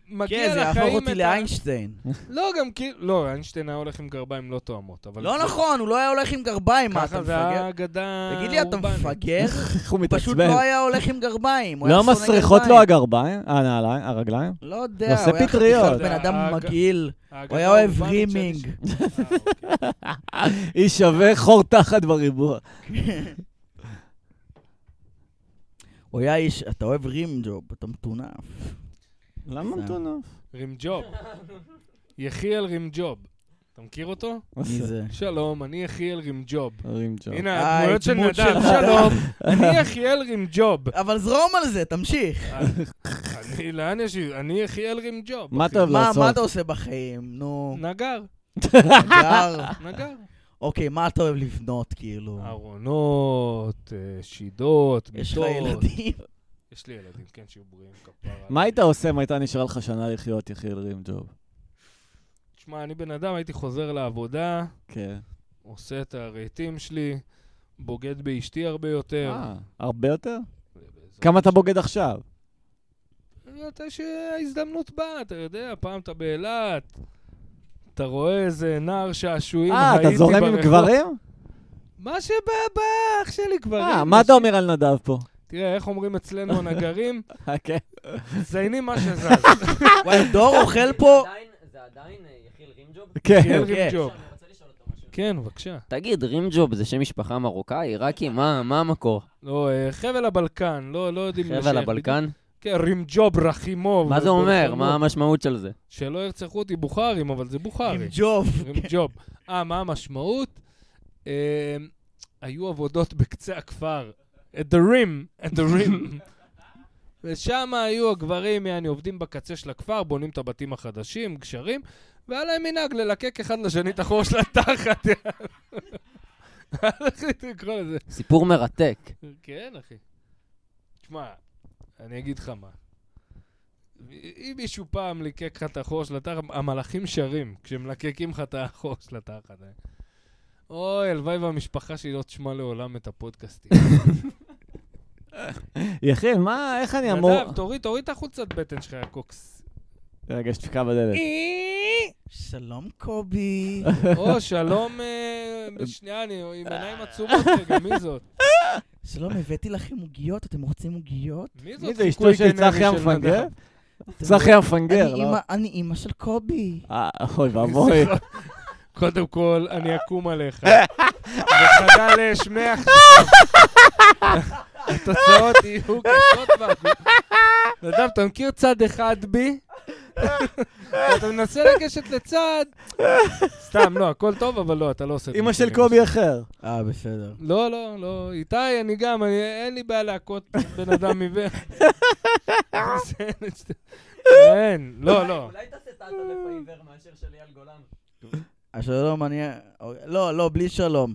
Speaker 3: שמגיע
Speaker 2: זה
Speaker 3: לחיים
Speaker 2: יהפוך אותי
Speaker 3: את ה-
Speaker 2: לאיינשטיין.
Speaker 3: לא, גם כאילו... לא, איינשטיין היה הולך עם גרביים לא תואמות, אבל...
Speaker 2: לא
Speaker 3: זה-
Speaker 2: נכון, הוא לא היה הולך עם גרביים, מה אתה
Speaker 3: ככה זה
Speaker 2: מפגר?
Speaker 3: האגדה...
Speaker 2: תגיד לי, אתה
Speaker 3: האורבנית.
Speaker 2: מפגר?
Speaker 1: איך הוא
Speaker 2: הוא פשוט
Speaker 1: מתעצבן.
Speaker 2: לא היה הולך עם גרביים. הוא היה
Speaker 1: לא
Speaker 2: שונא
Speaker 1: מסריחות
Speaker 2: גרביים.
Speaker 1: לו הגרביים, הנעליים, הרגליים?
Speaker 2: לא יודע,
Speaker 1: נושא
Speaker 2: הוא היה
Speaker 1: פטריות.
Speaker 2: חתיכת בן אדם
Speaker 3: האג-
Speaker 2: מגעיל.
Speaker 3: האגדה
Speaker 2: הוא היה אוהב
Speaker 3: האורבנית שלי
Speaker 2: רימינג.
Speaker 3: ש- אה, אוקיי.
Speaker 1: היא שווה חור תחת בריבוע.
Speaker 2: הוא היה איש, אתה אוהב רים ג'וב, אתה מטונף.
Speaker 1: למה מטונף?
Speaker 3: רים ג'וב. יחיאל רים ג'וב. אתה מכיר אותו?
Speaker 2: מי זה?
Speaker 3: שלום, אני יחיאל רים ג'וב.
Speaker 1: רים ג'וב.
Speaker 3: הנה,
Speaker 2: אה,
Speaker 3: הדמויות של
Speaker 2: דמות
Speaker 3: נדב,
Speaker 2: של
Speaker 3: שלום, אני יחיאל רים ג'וב.
Speaker 2: אבל זרום על זה, תמשיך.
Speaker 3: אני, לאן יש לי? אני יחיאל רים ג'וב.
Speaker 1: מה
Speaker 3: אחי.
Speaker 1: אתה אוהב
Speaker 2: מה מה אתה
Speaker 1: לעשות?
Speaker 2: עושה בחיים? נו,
Speaker 3: נגר,
Speaker 2: נגר.
Speaker 3: נגר.
Speaker 2: אוקיי, מה אתה אוהב לבנות, כאילו?
Speaker 3: אה, ארונות, אה, שידות, מיטות.
Speaker 2: יש לך ילדים?
Speaker 3: יש לי ילדים, כן, שיהיו בריאים, כפרה.
Speaker 1: מה היית עושה אם הייתה נשארה לך שנה לחיות, יחיאל רים ג'וב?
Speaker 3: תשמע, אני בן אדם, הייתי חוזר לעבודה,
Speaker 1: כן.
Speaker 3: עושה את הרהיטים שלי, בוגד באשתי הרבה יותר.
Speaker 1: אה, הרבה יותר?
Speaker 3: באזור-
Speaker 1: כמה אתה בוגד עכשיו?
Speaker 3: אתה שההזדמנות באה, אתה יודע, פעם אתה באילת, אתה רואה איזה נער שעשועים,
Speaker 1: אה, אתה
Speaker 3: הייתי
Speaker 1: זורם עם
Speaker 3: ברחוב.
Speaker 1: גברים?
Speaker 3: מה שבא, בא, אח שלי גברים.
Speaker 1: אה, מה אתה אומר על נדב פה?
Speaker 3: תראה, איך אומרים אצלנו הנגרים?
Speaker 1: אה, כן.
Speaker 3: מציינים מה שזז.
Speaker 2: וואי, דור אוכל פה...
Speaker 4: זה עדיין אה, יחיל רימג'וב?
Speaker 1: כן.
Speaker 3: יחיאל רימג'וב. כן, בבקשה.
Speaker 4: תגיד, רימג'וב זה שם משפחה מרוקאי, עיראקי? מה מה המקור?
Speaker 3: לא, אה, חבל הבלקן, לא לא יודעים...
Speaker 4: חבל
Speaker 3: לשייך
Speaker 4: הבלקן?
Speaker 3: בדיוק. כן, רימג'וב, רחימוב.
Speaker 4: מה זה אומר? מה
Speaker 3: רחימוב.
Speaker 4: המשמעות של זה?
Speaker 3: שלא ירצחו אותי בוכרים, אבל זה
Speaker 2: עם
Speaker 3: בוכרי.
Speaker 2: ג'וב.
Speaker 3: רימג'וב. אה, מה המשמעות? אה, היו עבודות בקצה הכפר. At the rim, at the rim. ושם היו הגברים, יעני, עובדים בקצה של הכפר, בונים את הבתים החדשים, גשרים, והיה להם מנהג ללקק אחד לשני את החור של התחת. החליטו לקרוא לזה.
Speaker 4: סיפור מרתק.
Speaker 3: כן, אחי. תשמע, אני אגיד לך מה. אם מישהו פעם ליקק לך את החור של התחת, המלאכים שרים כשהם מלקקים לך את החור של התחת. אה. אוי, הלוואי והמשפחה שלי לא תשמע לעולם את הפודקאסטים.
Speaker 1: יחיאל, מה, איך אני אמור...
Speaker 3: נדב, תוריד, תוריד את החולצת בטן שלך, יא קוקס.
Speaker 1: רגע, יש דפיקה בדלת.
Speaker 2: שלום, קובי.
Speaker 3: או, שלום, אה, שנייה, אני עם עיניים עצומות רגע, מי זאת?
Speaker 2: שלום, הבאתי לכם עוגיות, אתם רוצים עוגיות?
Speaker 3: מי זאת?
Speaker 1: מי זה,
Speaker 3: חיקוי
Speaker 1: אשתו של
Speaker 3: גנרי
Speaker 1: צחי המפנגר?
Speaker 3: נדב?
Speaker 2: אתם-
Speaker 1: צחי המפנגר,
Speaker 2: אני
Speaker 1: לא?
Speaker 2: אמא- אני אימא של קובי.
Speaker 1: אה, אוי ואבוי.
Speaker 3: קודם כל, אני אקום עליך. וחדל אש מעכשיו. התוצאות יהיו קשות בעגול. נדב, אתה מכיר צד אחד בי? אתה מנסה לגשת לצד. סתם, לא, הכל טוב, אבל לא, אתה לא עושה את זה.
Speaker 1: אמא של קובי אחר.
Speaker 2: אה, בסדר.
Speaker 3: לא, לא, לא. איתי, אני גם, אני- אין לי בעיה להכות בן אדם עיוור. אין, לא, לא.
Speaker 4: תעשה את האלף העיוור מאשר של אייל גולן.
Speaker 2: השלום, אני... לא, לא, בלי שלום.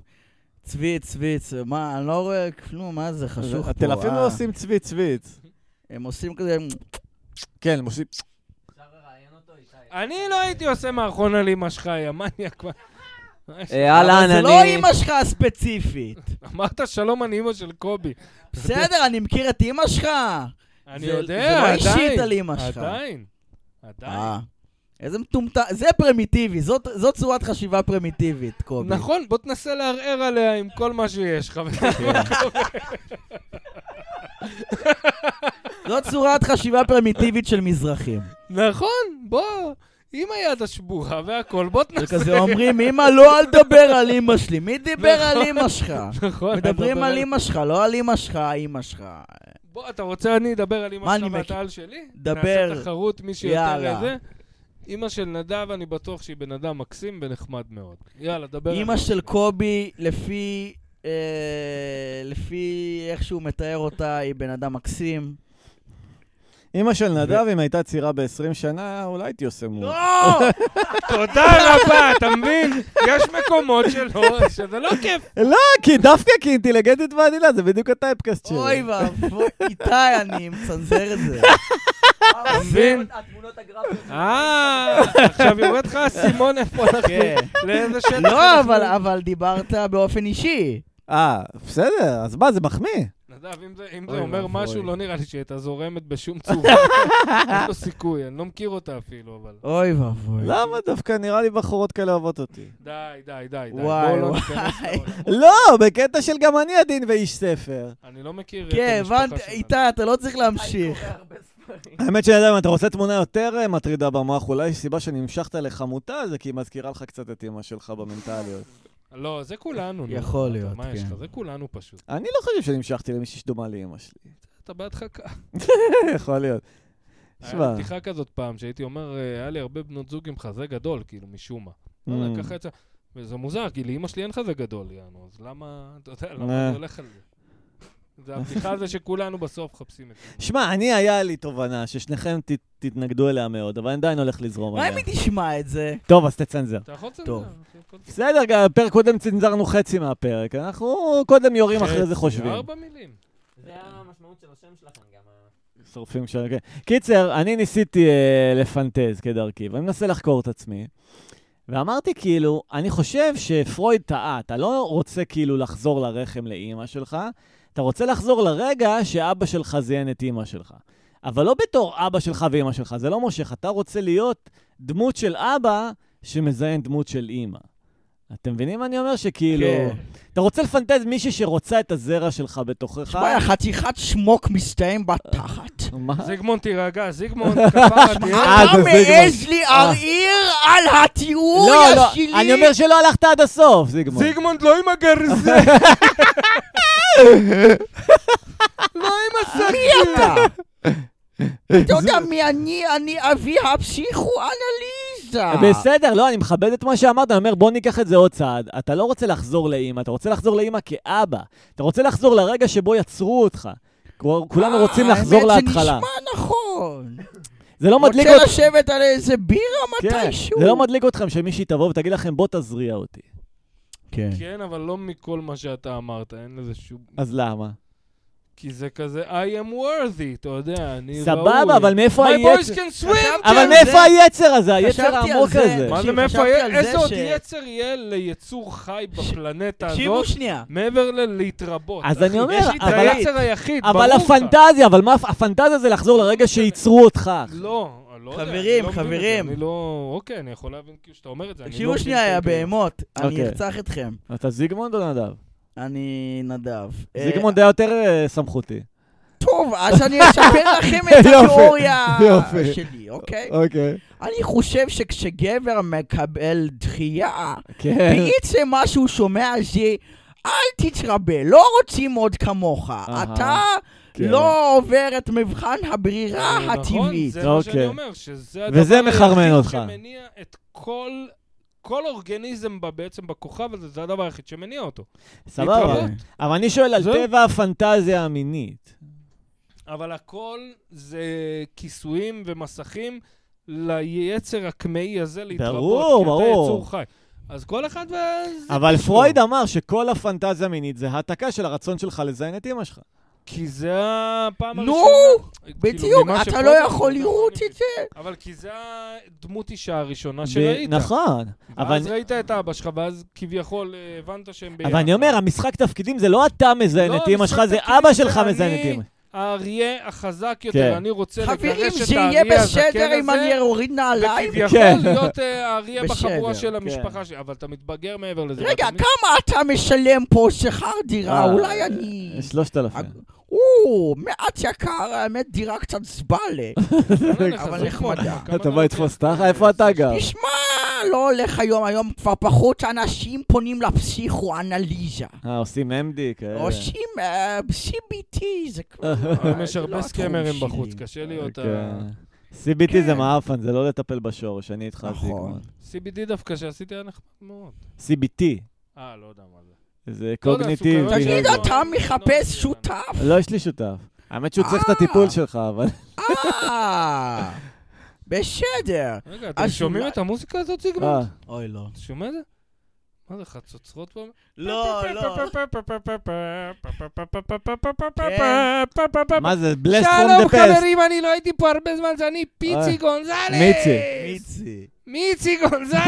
Speaker 2: צבי, צבי, צבי, מה, אני לא רואה כלום, מה זה חשוך פה.
Speaker 1: התל אביב
Speaker 2: אה.
Speaker 1: לא עושים צבי צביץ.
Speaker 2: הם עושים כזה...
Speaker 1: כן, הם עושים...
Speaker 4: אפשר לראיין אותו איתי.
Speaker 3: אני לא הייתי עושה מערכון על אמא שלך, יא מניאק. מה-
Speaker 2: אבל
Speaker 4: אהלן,
Speaker 2: זה
Speaker 4: אני...
Speaker 2: לא אימא שלך הספציפית.
Speaker 3: אמרת שלום, אני אמא של קובי.
Speaker 2: בסדר, אני מכיר את אימא שלך.
Speaker 3: אני
Speaker 2: זה-
Speaker 3: יודע,
Speaker 2: זה לא
Speaker 3: עדיין.
Speaker 2: אישית על אמא שלך.
Speaker 3: עדיין. עדיין.
Speaker 2: אה. איזה מטומטם, זה פרימיטיבי, זאת זאת צורת חשיבה פרימיטיבית, קובי.
Speaker 3: נכון, בוא תנסה לערער עליה עם כל מה שיש לך.
Speaker 2: כן. זאת צורת חשיבה פרימיטיבית של מזרחים.
Speaker 3: נכון, בוא. עם היד השבורה והכל, בוא תנסה.
Speaker 2: וכזה אומרים, אמא, לא, אל תדבר על אמא שלי. מי דיבר על אמא שלך?
Speaker 1: לא,
Speaker 3: נכון,
Speaker 2: מדברים
Speaker 3: אתה
Speaker 2: על
Speaker 3: מדבר-
Speaker 2: אמא שלך, לא על אמא שלך, אמא שלך.
Speaker 3: בוא, אתה רוצה אני אדבר על אמא
Speaker 2: מה
Speaker 3: שלך
Speaker 2: אני מכיר?
Speaker 3: והקהל שלי?
Speaker 2: דבר.
Speaker 3: נעשה תחרות, מי שיותר
Speaker 2: יאללה.
Speaker 3: זה. אמא של נדב, אני בטוח שהיא בן אדם מקסים ונחמד מאוד. יאללה, דבר. על-
Speaker 2: אמא של קובי, לפי... אה, לפי איך שהוא מתאר אותה, היא בן אדם מקסים.
Speaker 1: אימא של נדב, אם הייתה צעירה ב-20 שנה, אולי הייתי עושה אה, מור.
Speaker 2: לא!
Speaker 3: תודה רבה, אתה מבין? יש מקומות שלא, שזה לא כיף.
Speaker 1: כי דווקא כי אינטליגנטית ועדינה, זה בדיוק הטייפקאסט שלי.
Speaker 2: אוי ואבוי, איתי, אני מצנזר את זה.
Speaker 3: אתה מבין?
Speaker 4: התמונות הגרפיות.
Speaker 3: אה, עכשיו יורד לך האסימון איפה אנחנו,
Speaker 2: כן.
Speaker 3: לאיזה שטח.
Speaker 2: לא,
Speaker 3: אנחנו-
Speaker 2: אבל- אבל דיברת באופן אישי.
Speaker 1: אה, בסדר, אז מה, זה מחמיא.
Speaker 3: נדב, אם זה- אם
Speaker 1: אוי
Speaker 3: זה אומר
Speaker 1: ואבוי.
Speaker 3: משהו, לא נראה לי שהיא הייתה זורמת בשום צורה. אין לו סיכוי, אני לא מכיר אותה אפילו, אבל...
Speaker 2: אוי ואבוי.
Speaker 1: למה דווקא נראה לי בחורות כאלה אוהבות אותי?
Speaker 3: די, די, די, די.
Speaker 2: וואי,
Speaker 3: בואו לא
Speaker 2: וואי.
Speaker 3: ניכנס לעולם.
Speaker 1: לא, בקטע של גם אני עדין ואיש ספר.
Speaker 3: אני לא מכיר את
Speaker 2: כן,
Speaker 3: המשפחה
Speaker 2: הבנתי,
Speaker 3: שלנו.
Speaker 2: איתי, אתה לא צריך להמשיך.
Speaker 1: האמת שאני יודע, אם אתה רוצה תמונה יותר אה, מטרידה במוח, אולי הסיבה שנמשכת לחמותה זה כי היא מזכירה לך קצת את אמא שלך במנטליות.
Speaker 3: לא, זה כולנו. נו.
Speaker 2: יכול
Speaker 3: אתה-
Speaker 2: להיות,
Speaker 3: מה יש
Speaker 2: כן.
Speaker 3: לך? זה כולנו פשוט.
Speaker 1: אני לא חושב שנמשכתי למישהי שדומה לאמא שלי.
Speaker 3: אתה בהדחקה.
Speaker 1: יכול להיות.
Speaker 3: היה
Speaker 1: שמע,
Speaker 3: לי בדיחה כזאת פעם, שהייתי אומר, אה, היה לי הרבה בנות זוג עם חזה גדול, כאילו, משום מה. לא יודע,
Speaker 1: Mm.
Speaker 3: ככה יצא. וזה מוזר, כי לאימא שלי אין חזה גדול, יענו, אז למה, אתה יודע,
Speaker 1: אה.
Speaker 3: למה אני הולך על זה? זה הבדיחה הזו שכולנו בסוף מחפשים את זה.
Speaker 1: שמע, אני, היה לי תובנה ששניכם ת- תתנגדו אליה מאוד, אבל אני עדיין הולך לזרום
Speaker 2: מה אם
Speaker 1: עליה.
Speaker 2: היא תשמע את זה?
Speaker 1: טוב, אז תצנזר.
Speaker 3: אתה יכול לצאת?
Speaker 2: טוב.
Speaker 1: בסדר, גם הפרק קודם צנזרנו חצי מהפרק, אנחנו קודם יורים, אחרי זה חושבים.
Speaker 3: ארבע מילים.
Speaker 4: זה המשמעות של השם שלכם גם. אה. ה-
Speaker 1: שורפים שם, כן. קיצר, אני ניסיתי אה, לפנטז כדרכי, ואני מנסה לחקור את עצמי. ואמרתי, כאילו, אני חושב שפרויד טעה, אתה לא רוצה כאילו לחזור לרחם לאימא שלך, אתה רוצה לחזור לרגע שאבא שלך זיין את אימא שלך. אבל לא בתור אבא שלך ואימא שלך, זה לא מושך, אתה רוצה להיות דמות של אבא שמזיין דמות של אימא. אתם מבינים מה אני אומר? שכאילו,
Speaker 2: כן.
Speaker 1: אתה רוצה לפנטז מישהי שרוצה את הזרע שלך בתוכך?
Speaker 2: שמע, חתיכת שמוק מסתיים בתחת.
Speaker 1: מה?
Speaker 3: זיגמונד, תירגע, זיגמונד, כפרה, תהיה.
Speaker 1: אה,
Speaker 2: אתה
Speaker 1: זה זיגמונד.
Speaker 2: מעז להרעיר על התיאוריה
Speaker 1: לא, לא,
Speaker 2: שלי?
Speaker 1: אני אומר שלא הלכת עד הסוף, זיגמונד.
Speaker 3: זיגמונד, לא עם הגרזן. לא עם
Speaker 2: מי
Speaker 3: הסכין.
Speaker 2: אתה? אתה יודע מי אני? אני אבי הפסיכואנליזה.
Speaker 1: בסדר, לא, אני מכבד את מה שאמרת, אני אומר, בוא ניקח את זה עוד צעד. אתה לא רוצה לחזור לאימא, אתה רוצה לחזור לאימא כאבא. אתה רוצה לחזור לרגע שבו יצרו אותך. כבר כולנו רוצים לחזור להתחלה.
Speaker 2: אה, האמת שנשמע נכון.
Speaker 1: זה לא מדליק
Speaker 2: רוצה
Speaker 1: אותך-
Speaker 2: לשבת על איזה בירה
Speaker 1: כן,
Speaker 2: מתישהו.
Speaker 1: זה לא מדליק אתכם שמישהי תבוא ותגיד לכם, בוא תזריע אותי.
Speaker 2: כן.
Speaker 3: כן, אבל לא מכל מה שאתה אמרת, אין לזה שום...
Speaker 1: אז למה?
Speaker 3: כי זה כזה I am worthy, אתה יודע, אני ראוי.
Speaker 1: סבבה, אבל מאיפה
Speaker 3: My boys
Speaker 1: היצר?
Speaker 3: can swim!
Speaker 2: כן,
Speaker 1: אבל
Speaker 2: זה-
Speaker 1: מאיפה היצר הזה? היצר
Speaker 2: חשבתי על
Speaker 1: העמוק
Speaker 2: זה.
Speaker 1: הזה.
Speaker 3: מה זה
Speaker 2: תקשיב,
Speaker 3: מאיפה
Speaker 2: חשבתי על
Speaker 3: היצר?
Speaker 2: זה
Speaker 3: איזה עוד
Speaker 2: ש-
Speaker 3: יצר יהיה ליצור חי בפלנטה
Speaker 2: תקשיבו
Speaker 3: הזאת,
Speaker 2: שנייה.
Speaker 3: מעבר ללהתרבות?
Speaker 1: אז אני אומר,
Speaker 3: יש לי את
Speaker 1: אבל-
Speaker 3: היצר היחיד, ברור
Speaker 1: אבל
Speaker 3: לך.
Speaker 1: הפנטזיה, אבל מה הפנטזיה זה לחזור לרגע שייצרו אותך.
Speaker 3: לא, אני לא יודע. אני
Speaker 2: חברים,
Speaker 3: לא מבין את זה,
Speaker 2: חברים.
Speaker 3: אני לא... אוקיי, אני יכול להבין כאילו שאתה אומר את זה. אני לא
Speaker 2: תקשיבו
Speaker 3: מבין
Speaker 2: שנייה, יא
Speaker 3: את זה.
Speaker 2: בהמות, אני
Speaker 1: אוקיי.
Speaker 2: ארצח אתכם.
Speaker 1: אתה זיגמונד או נדב?
Speaker 2: אני נדב. אה,
Speaker 1: זיגמונד היה יותר אה, סמכותי.
Speaker 2: טוב, אז אני אספר לכם את
Speaker 1: יופי,
Speaker 2: התיאוריה
Speaker 1: יופי.
Speaker 2: שלי, אוקיי?
Speaker 1: אוקיי.
Speaker 2: אני חושב שכשגבר מקבל דחייה,
Speaker 1: כן.
Speaker 2: בעצם מה שהוא שומע זה, אל תתרבה, לא רוצים עוד כמוך.
Speaker 1: אהה,
Speaker 2: אתה
Speaker 1: כן.
Speaker 2: לא עובר את מבחן הברירה
Speaker 3: נכון,
Speaker 2: הטבעית.
Speaker 3: זה מה
Speaker 1: אוקיי.
Speaker 3: שאני אומר, שזה
Speaker 1: וזה
Speaker 3: הדבר
Speaker 1: מחרמן
Speaker 3: היחיד
Speaker 1: אותך.
Speaker 3: שמניע את כל... כל אורגניזם ב- בעצם בכוכב הזה, זה הדבר היחיד שמניע אותו.
Speaker 1: סבבה.
Speaker 2: כן.
Speaker 3: להתרבות.
Speaker 1: אבל אני שואל על
Speaker 3: זהו.
Speaker 1: טבע הפנטזיה המינית.
Speaker 3: אבל הכל זה כיסויים ומסכים ליצר הקמאי הזה להתרבות.
Speaker 1: ברור,
Speaker 3: כי אתה
Speaker 1: ברור.
Speaker 3: יצור חי. אז כל אחד ואז...
Speaker 1: אבל פרויד אמר שכל הפנטזיה המינית זה העתקה של הרצון שלך לזיין את אמא שלך.
Speaker 3: כי זה הפעם
Speaker 2: נו,
Speaker 3: הראשונה... כאילו,
Speaker 2: בדיוק,
Speaker 3: ממה
Speaker 2: אתה
Speaker 3: שפרויד
Speaker 2: לא
Speaker 3: אמר,
Speaker 2: יכול
Speaker 3: זה
Speaker 2: לראות
Speaker 3: אני
Speaker 2: את זה.
Speaker 3: אבל כי זה הדמות אישה הראשונה
Speaker 1: ב-
Speaker 3: שראית.
Speaker 1: נכון. אבל
Speaker 3: ואז ראית את אבא שלך, ואז כביכול אה, הבנת שהם ביחד.
Speaker 1: אבל אני אומר, המשחק תפקידים זה לא אתה מזיין
Speaker 3: לא,
Speaker 1: את אמא
Speaker 3: המשחק
Speaker 1: שלך, זה
Speaker 3: תפקידים
Speaker 1: אבא
Speaker 3: זה
Speaker 1: שלך
Speaker 3: אני-
Speaker 1: מזיין את אמא.
Speaker 3: האריה החזק
Speaker 1: כן.
Speaker 3: יותר, אני רוצה
Speaker 2: חברים,
Speaker 3: לגרש את
Speaker 2: שיהיה
Speaker 3: האריה הזקן הזה.
Speaker 2: בסדר אם אני אוריד נעליים?
Speaker 1: כן.
Speaker 3: וכביכול להיות אה, האריה
Speaker 2: בסדר,
Speaker 3: בחבורה של
Speaker 1: כן.
Speaker 3: המשפחה שלי, אבל אתה מתבגר מעבר לזה.
Speaker 2: רגע,
Speaker 3: ואתה מ-
Speaker 2: כמה אתה משלם פה שכר דירה?
Speaker 1: אה,
Speaker 2: אולי אני...
Speaker 1: 3,000.
Speaker 2: או, מעט יקר, האמת, דירה קצת זבאלה.
Speaker 1: אה.
Speaker 3: לא נכנס,
Speaker 2: אבל
Speaker 3: זה
Speaker 2: נחמדה.
Speaker 3: כמה
Speaker 1: אתה
Speaker 3: נעליים
Speaker 1: בא לתפוס
Speaker 3: יש?
Speaker 1: תחת? איפה אתה גר?
Speaker 2: תשמע, לא הולך היום, היום כבר פחות אנשים פונים לפסיכואנליזה.
Speaker 1: אה, עושים MD כאלה.
Speaker 2: עושים אה, CBT, זה כבר...
Speaker 3: היום יש
Speaker 2: זה לא
Speaker 3: הרבה
Speaker 2: התחום
Speaker 3: סקמרים
Speaker 2: שלי.
Speaker 3: בחוץ, קשה אה, להיות ה...
Speaker 1: כן. CBT זה
Speaker 2: כן.
Speaker 1: מעפן, זה לא לטפל בשורש, אני איתך
Speaker 2: נכון.
Speaker 1: זיגמון.
Speaker 3: CBD דווקא שעשיתי היה נחמד מאוד.
Speaker 1: CBT,
Speaker 3: אה, לא יודע מה זה.
Speaker 1: זה
Speaker 3: לא יודע,
Speaker 1: קוגניטיבי.
Speaker 3: סוכריות.
Speaker 2: תגיד,
Speaker 1: זה-
Speaker 3: לא,
Speaker 2: אתה
Speaker 3: לא, לא,
Speaker 2: מחפש שותף?
Speaker 1: לא, יש לי שותף. האמת שהוא צריך את
Speaker 2: אה.
Speaker 1: הטיפול שלך, אבל...
Speaker 3: לא,
Speaker 2: אה, בסדר.
Speaker 3: רגע, אתם
Speaker 2: אז
Speaker 3: שומעים
Speaker 2: אולי-
Speaker 3: את המוזיקה הזאת,
Speaker 1: אה,
Speaker 3: זיגמונד?
Speaker 2: אוי, לא.
Speaker 3: אתה שומע את זה? מה זה, חצוצרות פה?
Speaker 2: לא, לא.
Speaker 1: מה זה? בלסט פרום דה
Speaker 3: שלום
Speaker 1: פסט.
Speaker 3: חברים, אני לא הייתי פה הרבה זמן, זה אני
Speaker 1: אה,
Speaker 3: פיצי גונזלס!
Speaker 1: מיצי.
Speaker 2: מיצי.
Speaker 3: מיצי גונזלס!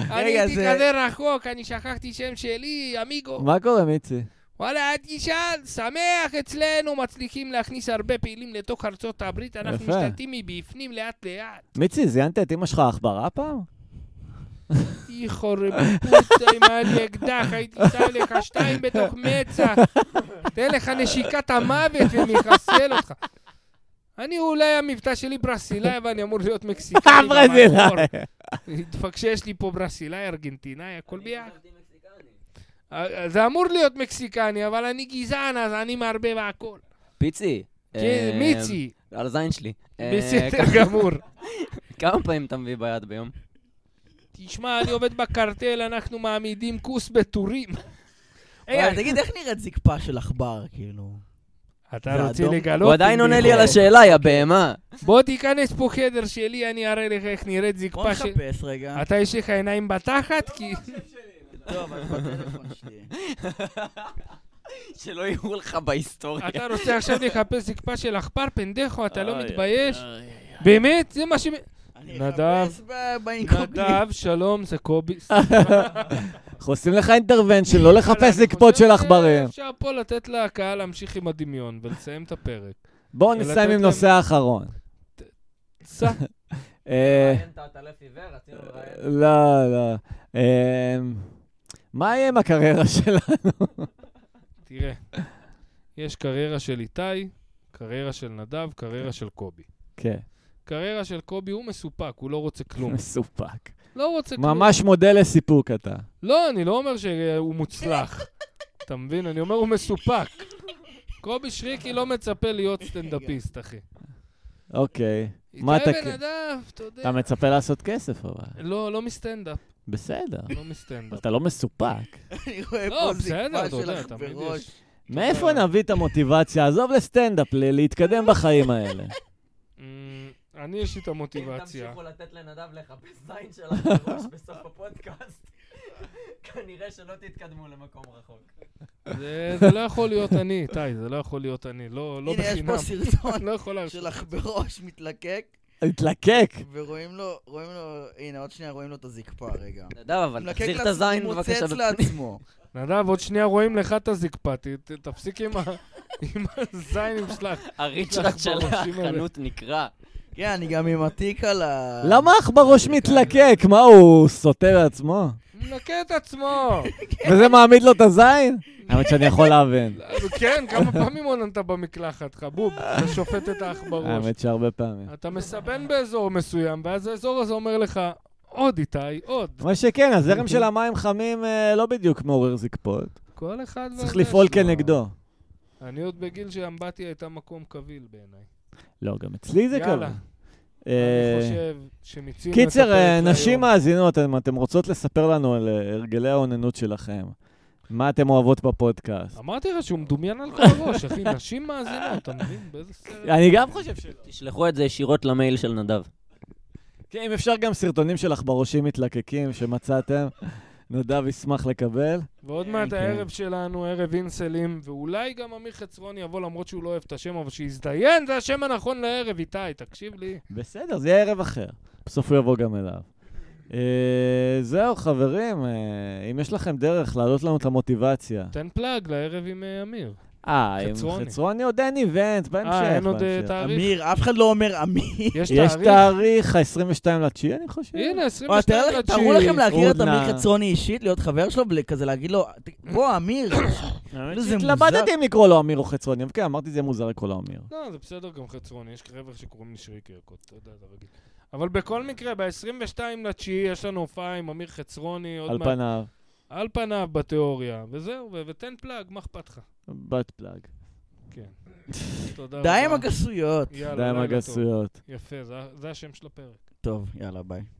Speaker 3: אני
Speaker 2: רגע,
Speaker 3: הייתי
Speaker 2: זה-
Speaker 3: כזה רחוק, אני שכחתי שם שלי, עמיגו.
Speaker 1: מה קורה, מיצי?
Speaker 3: וואלה, את אישה, שמח אצלנו, מצליחים להכניס הרבה פעילים לתוך ארצות הברית, אנחנו
Speaker 1: יפה.
Speaker 3: משתלטים מבפנים לאט לאט.
Speaker 1: מיצי, זיינת את אמא שלך עכברה פעם?
Speaker 3: היא חורבוטה, אם היה לי אקדח, הייתי שם לך שתיים בתוך מצח. אתן לך נשיקת המוות ומחסל אותך. אני אולי המבטא שלי ברסילאי, אבל אני אמור להיות מקסיקני. במקור.
Speaker 1: ברזילאי.
Speaker 3: התפקשש לי פה ברסילאי, ארגנטינאי, הכל ביחד. אה, זה אמור להיות מקסיקני, אבל אני גזען, אז אני מערבב הכל.
Speaker 4: פיצי.
Speaker 3: כן,
Speaker 4: אה,
Speaker 3: מיצי,
Speaker 4: על הזין שלי. אה,
Speaker 3: בסדר
Speaker 4: כ-
Speaker 3: גמור.
Speaker 4: כמה פעמים אתה מביא ביד ביום?
Speaker 3: תשמע, אני עובד בקרטל, אנחנו מעמידים כוס בטורים.
Speaker 2: רגע, תגיד, איך נראית זקפה של עכבר, כאילו? זה
Speaker 3: אתה רוצה
Speaker 2: אדום?
Speaker 3: לגלות?
Speaker 4: הוא עדיין עונה לי
Speaker 3: מיכאל?
Speaker 4: על השאלה, יא בהמה.
Speaker 3: בוא תיכנס פה חדר שלי, אני אראה לך איך נראית
Speaker 2: בוא
Speaker 3: זקפה של...
Speaker 2: נחפש רגע.
Speaker 3: אתה יש לך עיניים בתחת? כי...
Speaker 2: טוב, אז בטלפון שלי.
Speaker 4: שלא יראו לך בהיסטוריה.
Speaker 3: אתה רוצה עכשיו לחפש זקפה של עכבר פנדחו, אתה לא
Speaker 4: איי,
Speaker 3: מתבייש?
Speaker 4: איי,
Speaker 3: באמת? זה מה ש...
Speaker 2: אני
Speaker 3: נדב.
Speaker 2: אחפש ב- באינקוגניטו.
Speaker 3: נדב, שלום, זה קובי.
Speaker 1: אנחנו עושים לך אינטרוונשן, לא לחפש
Speaker 3: אני
Speaker 1: זקפות
Speaker 3: חושב
Speaker 1: של עכברים.
Speaker 3: אפשר פה לתת לקהל להמשיך עם הדמיון ולסיים את הפרק.
Speaker 1: בואו
Speaker 3: לתת
Speaker 1: נסיים עם
Speaker 3: להם-
Speaker 1: נושא האחרון.
Speaker 3: סע.
Speaker 1: אה,
Speaker 4: אתה לב עיוור, רצינו לראיין.
Speaker 1: לא, לא. אה, מה יהיה עם הקריירה שלנו?
Speaker 3: תראה, יש קריירה של איתי, קריירה של נדב, קריירה של קובי.
Speaker 1: כן,
Speaker 3: קריירה של קובי הוא מסופק, הוא לא רוצה כלום.
Speaker 1: מסופק.
Speaker 3: לא רוצה כלום.
Speaker 1: ממש מודל לסיפוק אתה.
Speaker 3: לא, אני לא אומר שהוא מוצלח. אתה מבין? אני אומר הוא מסופק. קובי שריקי לא מצפה להיות סטנדאפיסט, אחי.
Speaker 1: אוקיי. מה אתה-
Speaker 3: איתי בן אדם, אתה יודע.
Speaker 1: אתה מצפה לעשות כסף, אבל.
Speaker 3: לא, לא מסטנדאפ,
Speaker 1: בסדר.
Speaker 3: לא מסטנדאפ.
Speaker 1: אתה לא מסופק.
Speaker 2: אני רואה
Speaker 3: לא,
Speaker 2: פה
Speaker 3: בסדר,
Speaker 2: זקפה
Speaker 3: אתה יודע,
Speaker 2: שלך
Speaker 3: תמיד
Speaker 2: בראש.
Speaker 1: מאיפה נביא את המוטיבציה? עזוב לסטנדאפ, ל- להתקדם בחיים האלה.
Speaker 3: אמ, אני יש לי את המוטיבציה.
Speaker 4: לתת לנדב לחפש זין שלך בראש בסוף הפודקאסט, כנראה שלא תתקדמו למקום רחוק.
Speaker 3: זה זה לא יכול להיות אני, איתי, זה לא יכול להיות אני. לא לא
Speaker 2: הנה, יש
Speaker 3: בחינם.
Speaker 2: פה סרטון
Speaker 3: לא יכול להרשות.
Speaker 2: שלך בראש מתלקק,
Speaker 1: התלקק.
Speaker 2: ורואים לו, רואים לו, הנה, עוד שנייה רואים לו את הזקפה רגע.
Speaker 4: נדב, אבל
Speaker 2: מלקק
Speaker 4: תחזיר את
Speaker 2: לעצמו,
Speaker 4: הזין
Speaker 2: הוא
Speaker 4: בבקשה.
Speaker 2: מוצץ לעצמו.
Speaker 3: נדב, עוד שנייה רואים לך את הזקפה, ת- ת- תפסיק עם ה- עם הזיינים שלך.
Speaker 4: הריצ'רד של
Speaker 3: בראשים האלה.
Speaker 4: החנות נקרע.
Speaker 2: כן, אני גם עם התיק על ה...
Speaker 1: למה אח בראש מתלקק? מה, הוא סותר לעצמו?
Speaker 3: מנקה את עצמו.
Speaker 1: וזה מעמיד לו את הזין? האמת שאני יכול להבין.
Speaker 3: כן, כמה פעמים עוננת במקלחת, חבוב, אתה שופט את האח בראש.
Speaker 1: האמת שהרבה פעמים.
Speaker 3: אתה מסבן באזור מסוים, ואז האזור הזה אומר לך, עוד איתי, עוד.
Speaker 1: מה שכן, הזרם של המים חמים אה, לא בדיוק מעורר זקפות.
Speaker 3: כל אחד...
Speaker 1: צריך
Speaker 3: והזה
Speaker 1: לפעול
Speaker 3: שלו.
Speaker 1: כנגדו.
Speaker 3: אני עוד בגיל שאמבטיה הייתה מקום קביל בעיניי.
Speaker 1: לא, גם אצלי זה
Speaker 3: יאללה.
Speaker 1: קרה. אה,
Speaker 3: אני חושב שמיצינו כאילו, את
Speaker 1: קיצר, אה,
Speaker 3: הפרק
Speaker 1: נשים
Speaker 3: להיום.
Speaker 1: מאזינות, אם אתם רוצות לספר לנו על אה, הרגלי האוננות שלכם, מה אתם אוהבות בפודקאסט.
Speaker 3: אמרתי לך שהוא מדומיין על כל הראש, אחי, נשים מאזינות, אתה מבין? באיזה סרט?
Speaker 1: אני גם חושב שלא.
Speaker 4: תשלחו את זה ישירות למייל של נדב.
Speaker 1: כן, אם אפשר גם סרטונים שלך בראשים מתלקקים שמצאתם, נדב ישמח לקבל.
Speaker 3: ועוד מעט
Speaker 1: כן.
Speaker 3: הערב שלנו, ערב אינסלים, ואולי גם אמיר חצרון יבוא למרות שהוא לא אוהב את השם, אבל שיזדיין, זה השם הנכון לערב, איתי, תקשיב לי.
Speaker 1: בסדר, זה יהיה ערב אחר. בסוף הוא יבוא גם אליו. אה, זהו, חברים, אה, אם יש לכם דרך להעלות לנו את המוטיבציה,
Speaker 3: תן פלאג לערב עם אה, אמיר.
Speaker 1: אה, עם
Speaker 3: חצרוני.
Speaker 1: חצרוני עוד אין איבנט, בהמשך.
Speaker 3: אה, אין עוד אה,
Speaker 1: בהמשך.
Speaker 3: תאריך?
Speaker 2: אמיר, אף אחד לא אומר אמיר.
Speaker 3: יש
Speaker 1: יש
Speaker 3: תאריך?
Speaker 1: תאריך ה-22 לתשיעי, אני חושב.
Speaker 3: הנה,
Speaker 2: וואי,
Speaker 3: 22
Speaker 2: תאר-
Speaker 3: לתשיעי.
Speaker 2: תארו לכם להכיר את
Speaker 1: עוד נע.
Speaker 2: אמיר חצרוני אישית, להיות חבר שלו, וכזה להגיד לו, בוא, אמיר. כאילו, זה מוזר.
Speaker 1: התלבטתי אם לקרוא לו אמיר או חצרוני, אבל כן, אמרתי זה מוזר לקרוא לו אמיר.
Speaker 3: לא, זה בסדר גם חצרוני, יש חבר'ה שקוראים לי שריקי ירקות, אתה יודע, זה רגיל. אבל בכל מקרה, ב-22 לתשיעי יש לנו הופעה עם אמיר חצרוני, עוד
Speaker 1: על
Speaker 3: מעט.
Speaker 1: פניו,
Speaker 3: על פניו בתיאוריה, וזהו, ו- ותן פלאג, מה אכפת לך?
Speaker 1: בת פלאג.
Speaker 3: כן. תודה רבה.
Speaker 2: די עם הגסויות.
Speaker 3: יאללה,
Speaker 1: די עם
Speaker 3: לילה לא, טוב.
Speaker 1: הגסויות.
Speaker 3: יפה, זה- זה השם של הפרק.
Speaker 2: טוב, יאללה, ביי.